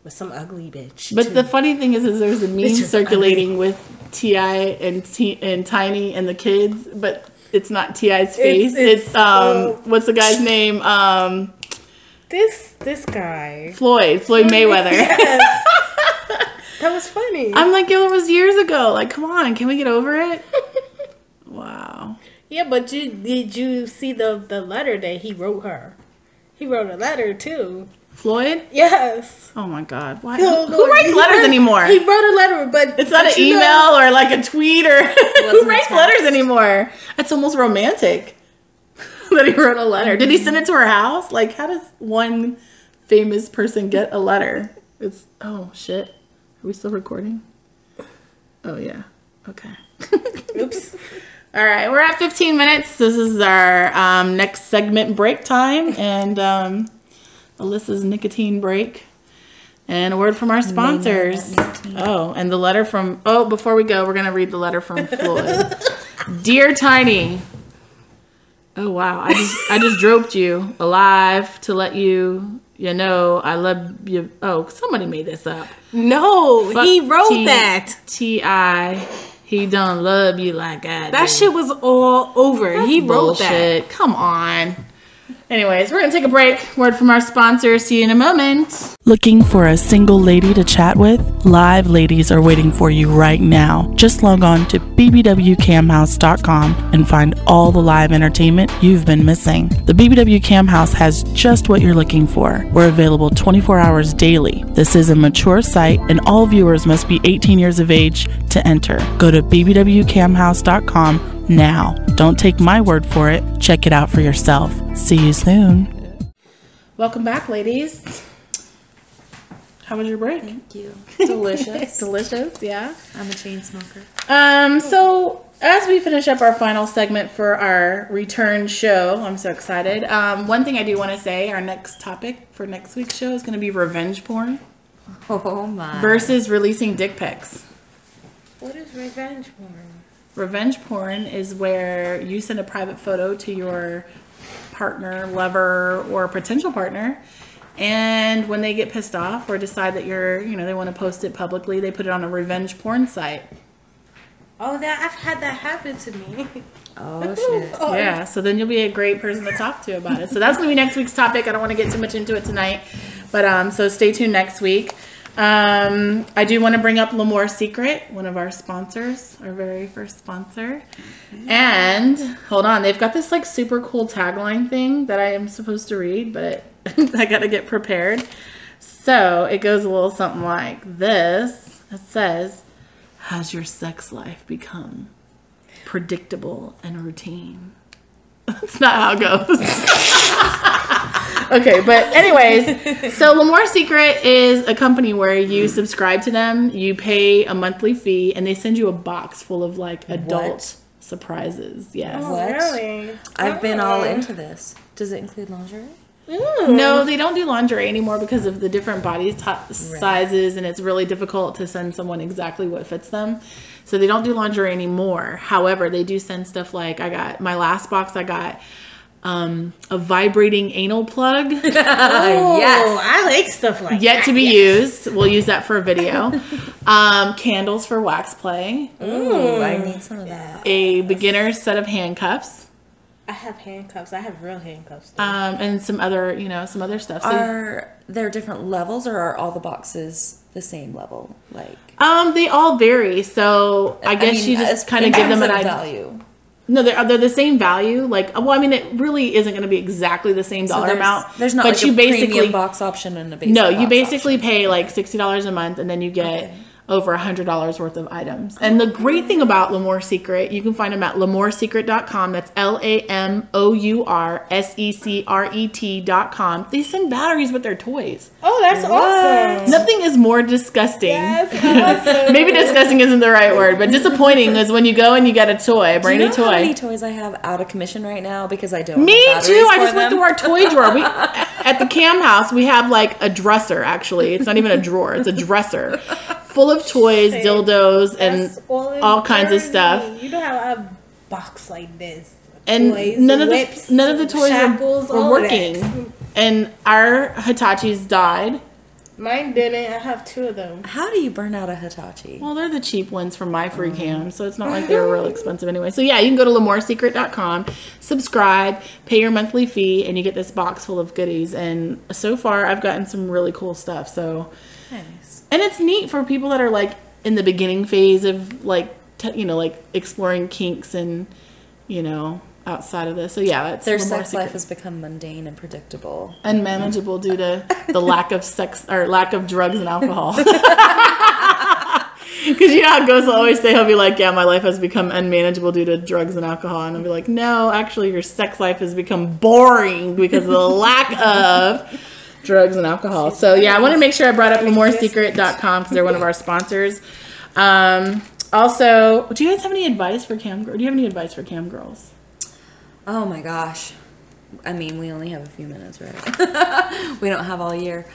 with some ugly bitch.
But the funny thing is, is there's a meme circulating with Ti and T- and Tiny and the kids, but it's not Ti's face. It's,
it's,
um,
uh,
what's the guy's name? Um,
this this guy
Floyd, Floyd Mayweather.
that was funny.
I'm like, yo, it was years ago. Like, come on, can we get over it? wow.
yeah, but you did you see the the letter that he wrote her? He wrote a letter too.
Floyd?
Yes.
Oh my God. Why?
Oh,
who,
Lord.
writes
He
letters
wrote-
anymore?
He wrote a letter, but
it's not
but
an
you
email
know-
or like a tweet or who
wasn't a
writes
text.
letters anymore? That's almost romantic that he wrote a letter. Did he send it to her house? Like, how does one famous person get a letter? It's oh shit. Are we still recording? Oh yeah. Okay.
Oops.
All right, we're at 15 minutes. This is our um, next segment break time, and um, Alyssa's nicotine break. And a word from our sponsors. Oh, and the letter from, oh, before we go, we're going to read the letter from Floyd. Dear Tiny, oh, wow, I just, I just droped you alive to let you, you know, I love you. Oh, somebody made this up.
No,
Fuck
he wrote
T-
that.
T.I., he don't love you like I
That
do.
shit was all over. he wrote that.
Bullshit. Come on. Anyways, we're going to take a break. Word from our sponsors. See you in a moment.
Looking for a single lady to chat with? Live ladies are waiting for you right now. Just log on to bbwcamhouse.com and find all the live entertainment you've been missing. The BBW Cam House has just what you're looking for. We're available 24 hours daily. This is a mature site and all viewers must be 18 years of age to enter. Go to bbwcamhouse.com now. Don't take my word for it. Check it out for yourself. See you soon.
Welcome back, ladies. How was your break?
Thank you.
Delicious. Delicious, yeah.
I'm a chain smoker.
Um, so as we finish up our final segment for our return show, I'm so excited. Um, one thing I do want to say, our next topic for next week's show is going to be revenge porn
Oh my.
versus releasing dick pics.
What is revenge porn?
Revenge porn is where you send a private photo to your partner, lover, or potential partner. And when they get pissed off or decide that you're, you know, they want to post it publicly, they put it on a revenge porn site.
Oh, that I've had that happen to me.
oh shit.
Yeah, so then you'll be a great person to talk to about it. So that's going to be next week's topic. I don't want to get too much into it tonight, but um, so stay tuned next week. Um, I do want to bring up L'Amour Secret, one of our sponsors, our very first sponsor. And hold on, they've got this like super cool tagline thing that I am supposed to read, but I got to get prepared. So it goes a little something like this. It says, "Has your sex life become predictable and routine?" That's not how it goes. okay, but anyways, so L'Amour Secret is a company where you subscribe to them, you pay a monthly fee, and they send you a box full of like adult surprises. Yes.
Oh.
What?
Really?
I've been all into this. Does it include lingerie?
No, they don't do lingerie anymore because of the different body t- sizes, and it's really difficult to send someone exactly what fits them. So they don't do lingerie anymore. However, they do send stuff like I got my last box. I got um, a vibrating anal plug.
Oh, I like stuff like
Yet to
that.
be
Yes.
used. We'll use that for a video. um, candles for wax play.
Ooh, I need some of that.
A beginner set of handcuffs.
I have handcuffs. I have real handcuffs. though.
Um, and some other, you know, some other stuff. So,
Are there different levels, or are all the boxes the same level? Like,
um, they all vary. So I guess
mean,
you
as-
just kind of
in
give them
terms
an idea.
of value.
No, they're they're the same value. Like, well, I mean, it really isn't going to be exactly the same dollar
there's,
amount.
There's not
but
like
you
a
basically
premium box option and a basic
no, you
box
basically
option.
pay like sixty dollars a month, and then you get over a hundred dollars worth of items. And the great thing about L'Amour Secret, you can find them at l'amoursecret.com. That's L A M O U R S E C R E T dot com. They send batteries with their toys.
oh, that's awesome.
Nothing is more disgusting.
That's awesome.
Maybe disgusting isn't the right word, but disappointing is when you go and you get a toy, a
Do you
brand
know
new
how
toy.
many toys I have out of commission right now because I don't.
Me
have
too.
batteries
I
for
just went
them?
through our toy drawer. We at the cam house we have like a dresser actually. It's not even a drawer. It's a dresser full of toys,
Shit.
dildos,
That's
and all kinds of stuff.
You don't have a box like this.
and
Toys,
none of the
whips,
none of the toys
shackles,
are, were
all of that.
working. And our Hitachis died.
Mine didn't. I have two of them.
How do you burn out a Hitachi?
Well, they're the cheap ones from my free cam, so it's not like they're real expensive anyway. So yeah, you can go to lamoursecret.com, subscribe, pay your monthly fee, and you get this box full of goodies. And so far, I've gotten some really cool stuff. So, and it's neat for people that are like in the beginning phase of like t- you know like exploring kinks and you know outside of this. So yeah, that's
Their
L'Amour
sex
Secret.
life has become mundane and predictable.
unmanageable due to the lack of sex or lack of drugs and alcohol. Because you know how ghosts will always say, he'll be like, Yeah, my life has become unmanageable due to drugs and alcohol. And I'll be like, No, actually, your sex life has become boring because of the lack of drugs and alcohol. So, yeah, I want to make sure I brought up lamoresecret.com because they're one of our sponsors. Um, also, do you guys have any advice for cam girl? Do you have any advice for cam girls?
Oh my gosh. I mean, we only have a few minutes, right? we don't have all year.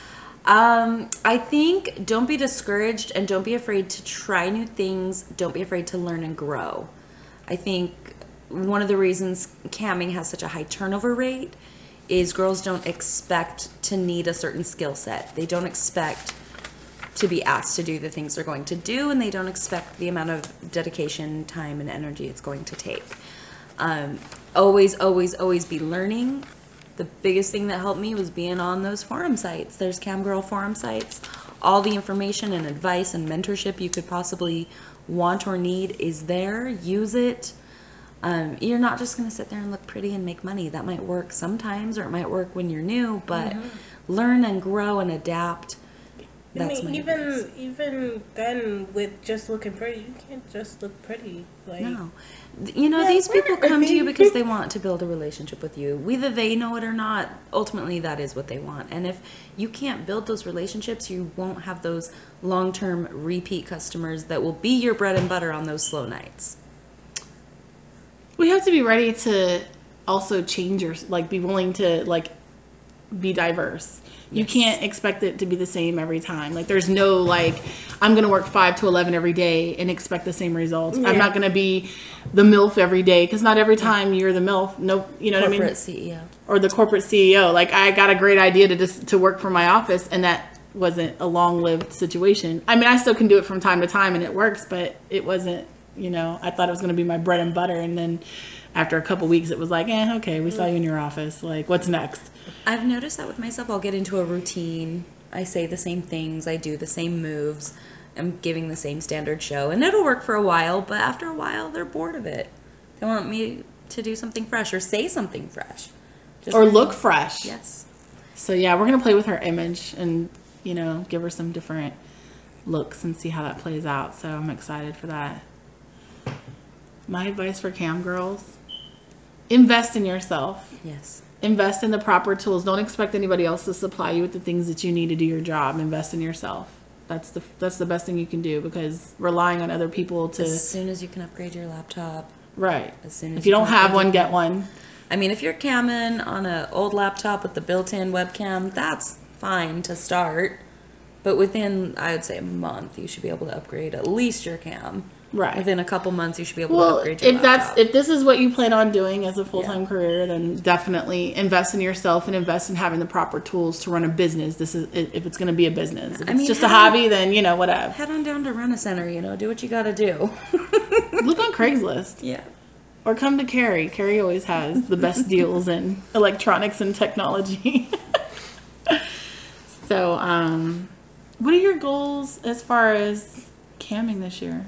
Um, I think don't be discouraged and don't be afraid to try new things. Don't be afraid to learn and grow. I think one of the reasons camming has such a high turnover rate is girls don't expect to need a certain skill set. They don't expect to be asked to do the things they're going to do, and they don't expect the amount of dedication, time, and energy it's going to take. Um, always, always, always be learning. The biggest thing that helped me was being on those forum sites. There's Camgirl forum sites. All the information and advice and mentorship you could possibly want or need is there. Use it. Um, you're not just going to sit there and look pretty and make money. That might work sometimes, or it might work when you're new, but learn and grow and adapt.
Mm-hmm. I
That's
mean,
my
even
advice.
even then, with just looking pretty, you can't just look pretty. Like,
No. Th- You know,
Yeah,
these people
we're-
come to you because they want to build a relationship with you. Whether they know it or not, ultimately that is what they want. And if you can't build those relationships, you won't have those long term repeat customers that will be your bread and butter on those slow nights.
we have to be ready to also change your like be willing to like be diverse you can't expect it to be the same every time like there's no like i'm gonna work 5 to 11 every day and expect the same results i'm not gonna be the milf every day because not every time you're the milf no you know what i mean
Corporate CEO.
or the corporate CEO. Like I got a great idea to just to work from my office, and that wasn't a long-lived situation. I mean, I still can do it from time to time, and it works, but it wasn't. You know, I thought it was going to be my bread and butter, and then after a couple weeks, it was like, eh, okay, we saw you in your office. Like, what's next?
I've noticed that with myself. I'll get into a routine. I say the same things. I do the same moves. I'm giving the same standard show. And it'll work for a while, but after a while, they're bored of it. They want me to do something fresh or say something fresh. Just
Or look fresh.
Yes.
So yeah, we're going to play with her image and you know give her some different looks and see how that plays out. So I'm excited for that. My advice for cam girls: invest in yourself.
Yes.
invest in the proper tools don't expect anybody else to supply you with the things that you need to do your job invest in yourself that's the that's the best thing you can do because relying on other people to
As soon as you can upgrade your laptop,
right
as soon as
if you don't
can
have
upgrade-
one get one
I mean, if you're camming on an old laptop with the built-in webcam, that's fine to start. But within, I would say, a month, you should be able to upgrade at least your cam.
Right.
Within a couple months, you should be able
Well,
to upgrade your
if that's
laptop.
if this is what you plan on doing as a full time career, then definitely invest in yourself and invest in having the proper tools to run a business. This is i- if it's going to be a business. If it's
mean,
just a
how-
hobby, then you know whatever.
Head on down to Rent a Center, you know, do what you gotta do.
Look on Craigslist
yeah.
or come to Carrie. Carrie always has the best deals in electronics and technology. so, um, what are your goals as far as camming this year?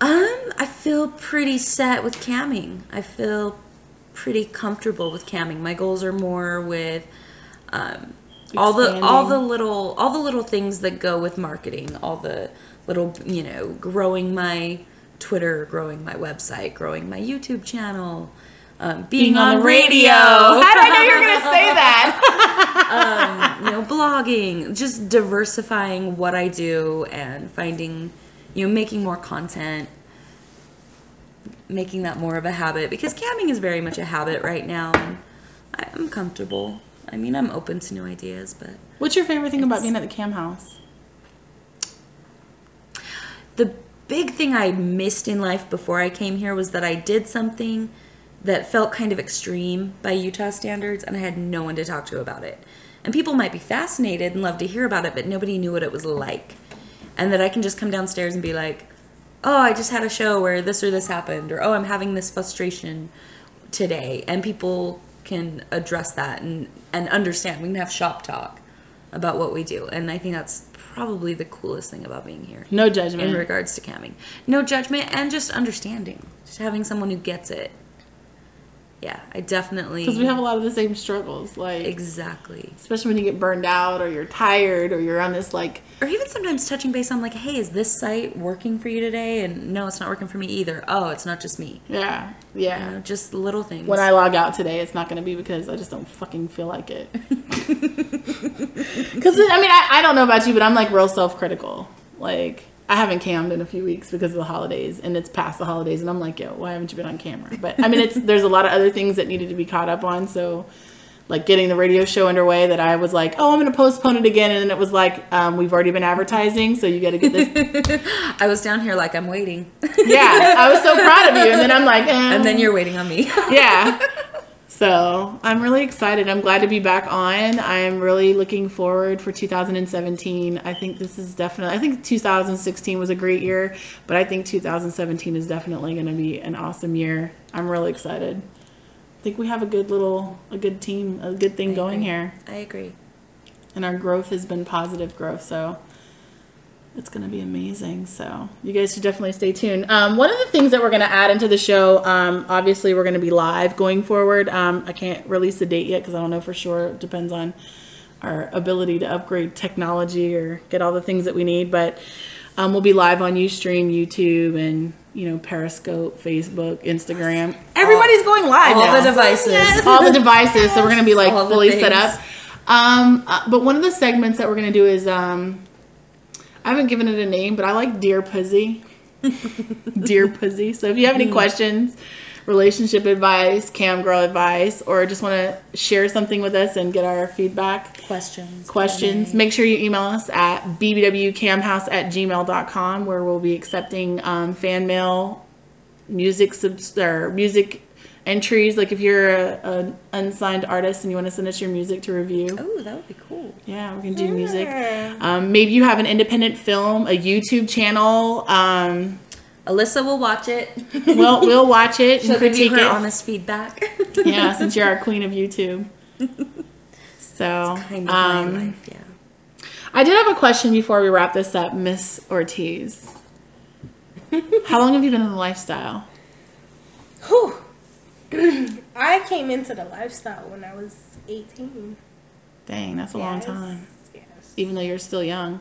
Um, I feel pretty set with camming. I feel pretty comfortable with camming. My goals are more with um, all the all the
Expanding.
little all the little things that go with marketing, all the little you know, growing my Twitter, growing my website, growing my YouTube channel, um, being, on, radio.
How did I know you were going to say that?
um, you know, blogging, just diversifying what I do and finding, you know, making more content, making that more of a habit because camming is very much a habit right now. And I- I'm comfortable. I mean, I'm open to new ideas, but
What's your favorite thing about being at the cam house?
the big thing I missed in life before I came here was that I did something that felt kind of extreme by Utah standards, and I had no one to talk to about it. And people might be fascinated and love to hear about it, but nobody knew what it was like. And that I can just come downstairs and be like, oh, I just had a show where this or this happened, or oh, I'm having this frustration today. And people can address that and, and understand. We can have shop talk about what we do. And I think that's probably the coolest thing about being here
No judgment.
in regards to camming. No judgment and just understanding. Just having someone who gets it. Yeah, I definitely.
Because we have a lot of the same struggles, like
Exactly.
especially when you get burned out or you're tired or you're on this like
Or even sometimes touching base on, like, hey, is this site working for you today? And no, it's not working for me either. Oh, it's not just me.
yeah
You
yeah.
know, just little things.
When I log out today, it's not going to be because I just don't fucking feel like it. Because I mean, I, I don't know about you, but I'm like real self critical. Like I haven't cammed in a few weeks because of the holidays, and it's past the holidays, and I'm like, yo, why haven't you been on camera? But I mean, it's there's a lot of other things that needed to be caught up on, so. Like getting the radio show underway, that I was like, oh, I'm gonna postpone it again, and then it was like, um, we've already been advertising, so you got to get this
I was down here like, I'm waiting.
Yeah, I was so proud of you, and then I'm like, eh.
and then you're waiting on me.
yeah. So I'm really excited. I'm glad to be back on. I'm really looking forward for 2017. I think this is definitely. I think 2016 was a great year, but I think 2017 is definitely going to be an awesome year. I'm really excited. I think we have a good little, a good team, a good thing going here,
I agree.
and our growth has been positive growth. So it's going to be amazing. So you guys should definitely stay tuned. Um, one of the things that we're going to add into the show, um, obviously, we're going to be live going forward. Um, I can't release the date yet because I don't know for sure. It depends on our ability to upgrade technology or get all the things that we need. But um, we'll be live on UStream, YouTube, and you know Periscope, Facebook, Instagram. Everybody's going live
all
now.
the devices.
Yes, all the devices. So we're going to be like
All the
fully set
things.
up. Um, uh, but one of the segments that we're going to do is. Um, I haven't given it a name, but I like Dear Pussy. Dear Pussy. So if you have
Mm.
any questions, relationship advice, cam girl advice, or just want to share something with us and get our feedback,
Questions.
questions, make sure you email us at bbwcamhouse at gmail.com where we'll be accepting um, fan mail, music subs- or music entries. Like if you're a, an unsigned artist and you want to send us your music to review.
Oh, that would be cool.
Yeah, we can do music. Um, maybe you have an independent film, a YouTube channel. Um,
Alyssa will watch it.
we'll we'll watch it and
She'll give you
critique
her
it.
honest feedback.
yeah, since you're our queen of YouTube. So,
kind of my
um,
life, yeah.
I did have a question before we wrap this up, Miss Ortiz. How long have you been in the lifestyle?
Whew. I came into the lifestyle when I was 18.
Dang, that's a long
Yes,
time.
Yes.
Even though you're still young.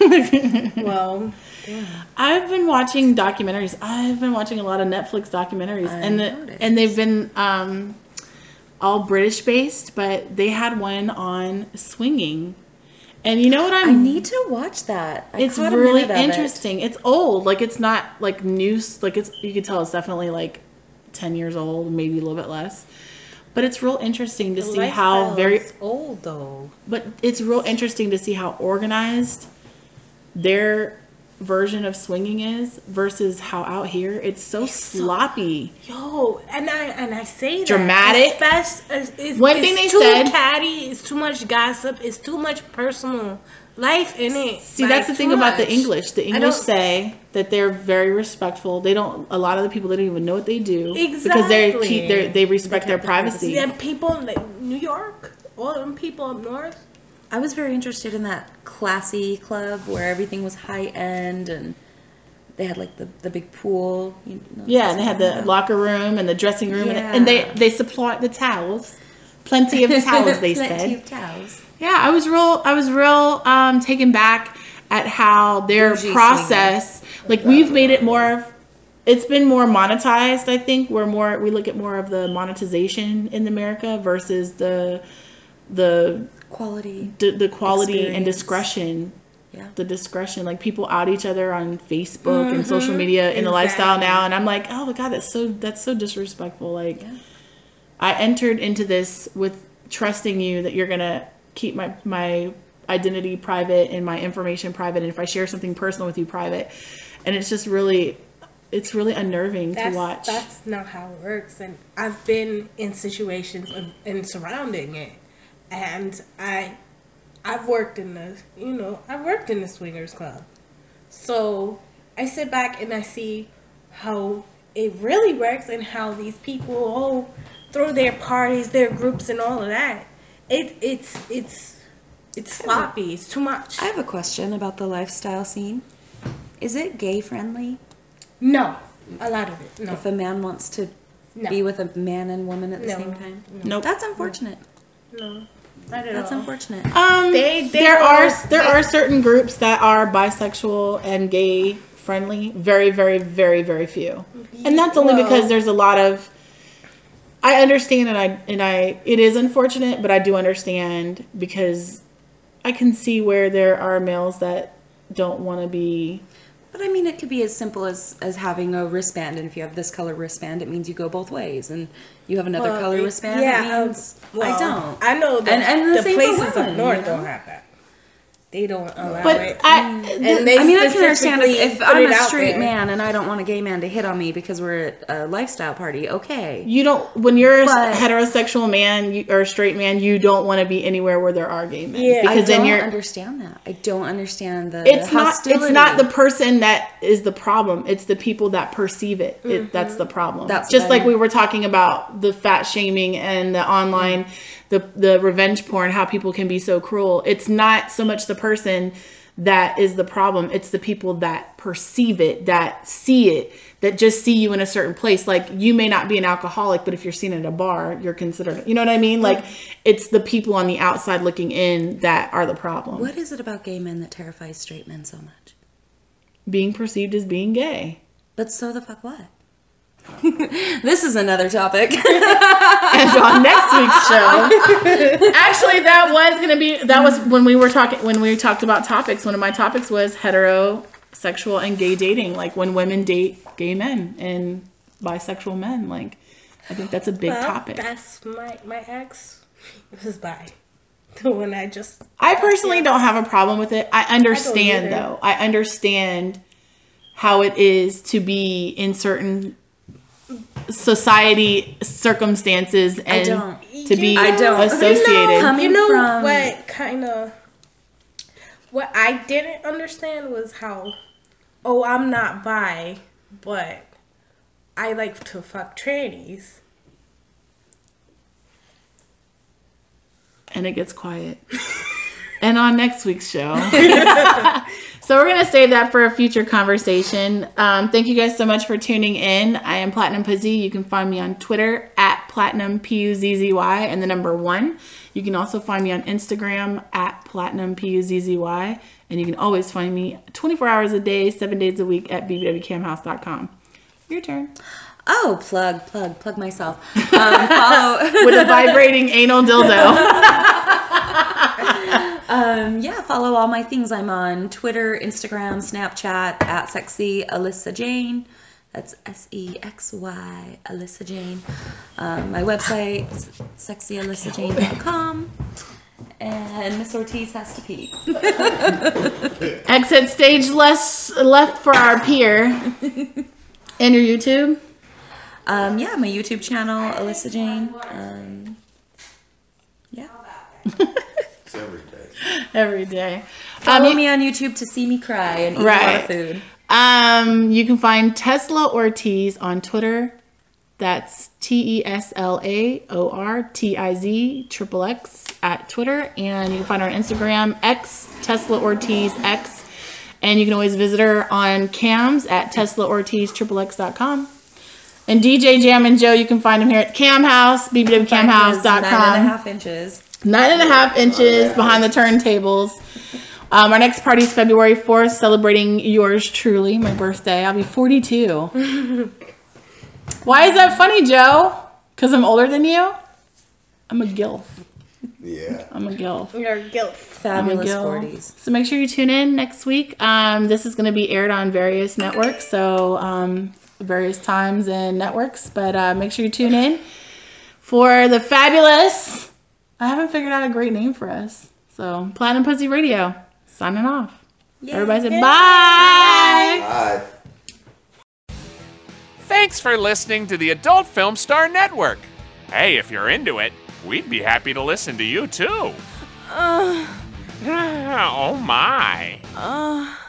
Well,
I've been watching documentaries. I've been watching a lot of Netflix documentaries, and the,
noticed.
and they've been um, all British based. But they had one on swinging, and you know what I'm.
I need to watch that. I
it's
caught a
really
minute of it.
interesting. It's old, like it's not like new. s- Like it's you can tell it's definitely like ten years old, maybe a little bit less. But it's real interesting to see how very
old though.
but it's real interesting to see how organized their version of swinging is versus how out here it's so sloppy.
Yo, and I and I say that
Dramatic.
Especially, it's,
One
it's
thing they
too
said-
catty. It's too much gossip. It's too much personal life in it.
See, that's the thing about the English. The English
don't-
say that they're very respectful. They don't. A lot of the people they don't even know what they do because they keep
Exactly.
their they respect their privacy.
And people in like, New York, all them people up north.
I was very interested in that classy club where everything was high end and they had like the, the big pool. You know,
Yeah, and they had the locker room and the dressing room, and, and they
Yeah.
they supply the towels, plenty of towels. They
Plenty
said.
of towels.
Yeah, I was real. I was real um, taken back at how their
Bougie
process. Like we've made it more. of- It's been more monetized. I think we're more. We look at more of the monetization in America versus the the
Quality.
d- the quality and
Experience.
discretion.
Yeah.
The discretion, like people out each other on Facebook and social media in the lifestyle now, and I'm like, oh my god, that's so that's so disrespectful. Like, I entered into this with trusting you that you're gonna keep my my identity private and my information private, and if I share something personal with you, private, and it's just really, it's really unnerving
That's,
to watch.
that's not how it works. And I've been in situations of, and surrounding it, and I, I've worked in the, you know, I've worked in the swingers club, so I sit back and I see how it really works and how these people all throw their parties, their groups, and all of that. It it's it's it's sloppy. It's too much.
I have a question about the lifestyle scene. Is it gay friendly?
no, a lot of it. No,
If a man wants to
No.
be with a man and woman at the
No.
same time?
Nope.
That's unfortunate.
no, not at
That's
all.
unfortunate.
Um,
They- they
there are,
are-
there are certain groups that are bisexual and gay friendly. Very, very, very, very few, and that's only
Well-
because there's a lot of. I understand, and I and I it is unfortunate, but I do understand because I can see where there are males that don't want to be.
But I mean, it could be as simple as, as having a wristband, and if you have this color wristband, it means you go both ways, and you have another
Well,
color
it-
wristband,
yeah,
it
um,
means I
Well,
don't.
I know the,
And- and the
the,
same for
places
women,
up north
you know?
don't have that. They don't allow
But
it.
I,
and they
I mean, I can understand
specifically
if, if
put
I'm
it
a
out
straight
there.
man and I don't want a gay man to hit on me because we're at a lifestyle party. Okay,
you don't when you're a
But-
heterosexual man you, or a straight man, you don't want to be anywhere where there are gay men.
Yeah. I
because
I
then
don't
you're
understand that. I don't understand the
it's
the
not
hostility.
it's not the person that is the problem it's the people that perceive it, it that's the problem
That's
just
what I
like we
mean.
were talking about the fat shaming and the online the the revenge porn how people can be so cruel it's not so much the person that is the problem it's the people that perceive it that see it that just see you in a certain place like you may not be an alcoholic but if you're seen at a bar you're considered you know what i mean like it's the people on the outside looking in that are the problem
What is it about gay men that terrifies straight men so much?
being perceived as being gay
But so the fuck what? this is another topic.
and on next week's show. Actually, that was gonna be that was when we were talking when we talked about topics. One of my topics was heterosexual and gay dating, like when women date gay men and bisexual men. Like, I think that's a big
Well,
topic.
That's my my ex. It was by the one I just.
I personally don't have a problem with it. I understand
either.
though. I understand how it is to be in certain society circumstances and
don't.
to be
I don't.
associated.
Coming
you know
from-
what kind of what I didn't understand was how oh I'm not bi, but I like to fuck trannies.
and it gets quiet. and on next week's show. so we're going to save that for a future conversation. Um, thank you guys so much for tuning in. I am Platinum Puzzy. You can find me on Twitter at Platinum P U Z Z Y and the number one. You can also find me on Instagram at Platinum P U Z Z Y. And you can always find me 24 hours a day, seven days a week at bbwcamhouse.com. Your turn.
Oh, plug, plug, plug myself. Um, follow,
With a vibrating anal dildo.
um, yeah, follow all my things. I'm on Twitter, Instagram, Snapchat at sexy Alyssa Jane. That's S E X Y Alyssa Jane. Um, my website, sexyalyssajane.com. And and Miss Ortiz has to pee.
Exit stage less left for our peer. and your YouTube?
Um, yeah, my YouTube channel, Alyssa Jane. Um, yeah.
It's every day.
Every day. Um,
Follow
you-
me on YouTube to see me cry and eat a lot
Right.
of food.
Um, you can find Tesla Ortiz on Twitter. That's T E S L A O R T I Z triple X at Twitter, and you can find her on Instagram X Tesla Ortiz X, and you can always visit her on cams at Tesla Ortiz triple X.com. And DJ Jam and Joe, you can find him here at Cam House,
Nine and a
bbwcamhouse.com.
half inches.
Nine and a half inches behind the turntables. Um, our next party is February 4th, celebrating yours truly, my birthday. I'll be 42. Why is that funny, Joe? Because I'm older than you? I'm a gilf.
Yeah.
I'm a gilf.
Your guilt.
I'm a
Fabulous
gilf.
40s.
So make sure you tune in next week. Um, this is going to be aired on various networks, so um, various times and networks. But uh, make sure you tune in for the fabulous. I haven't figured out a great name for us. So Platinum Pussy Radio signing off. Everybody said bye.
Bye.
Thanks for listening to the Adult Film Star Network. Hey, if you're into it, we'd be happy to listen to you too. oh my.
Uh.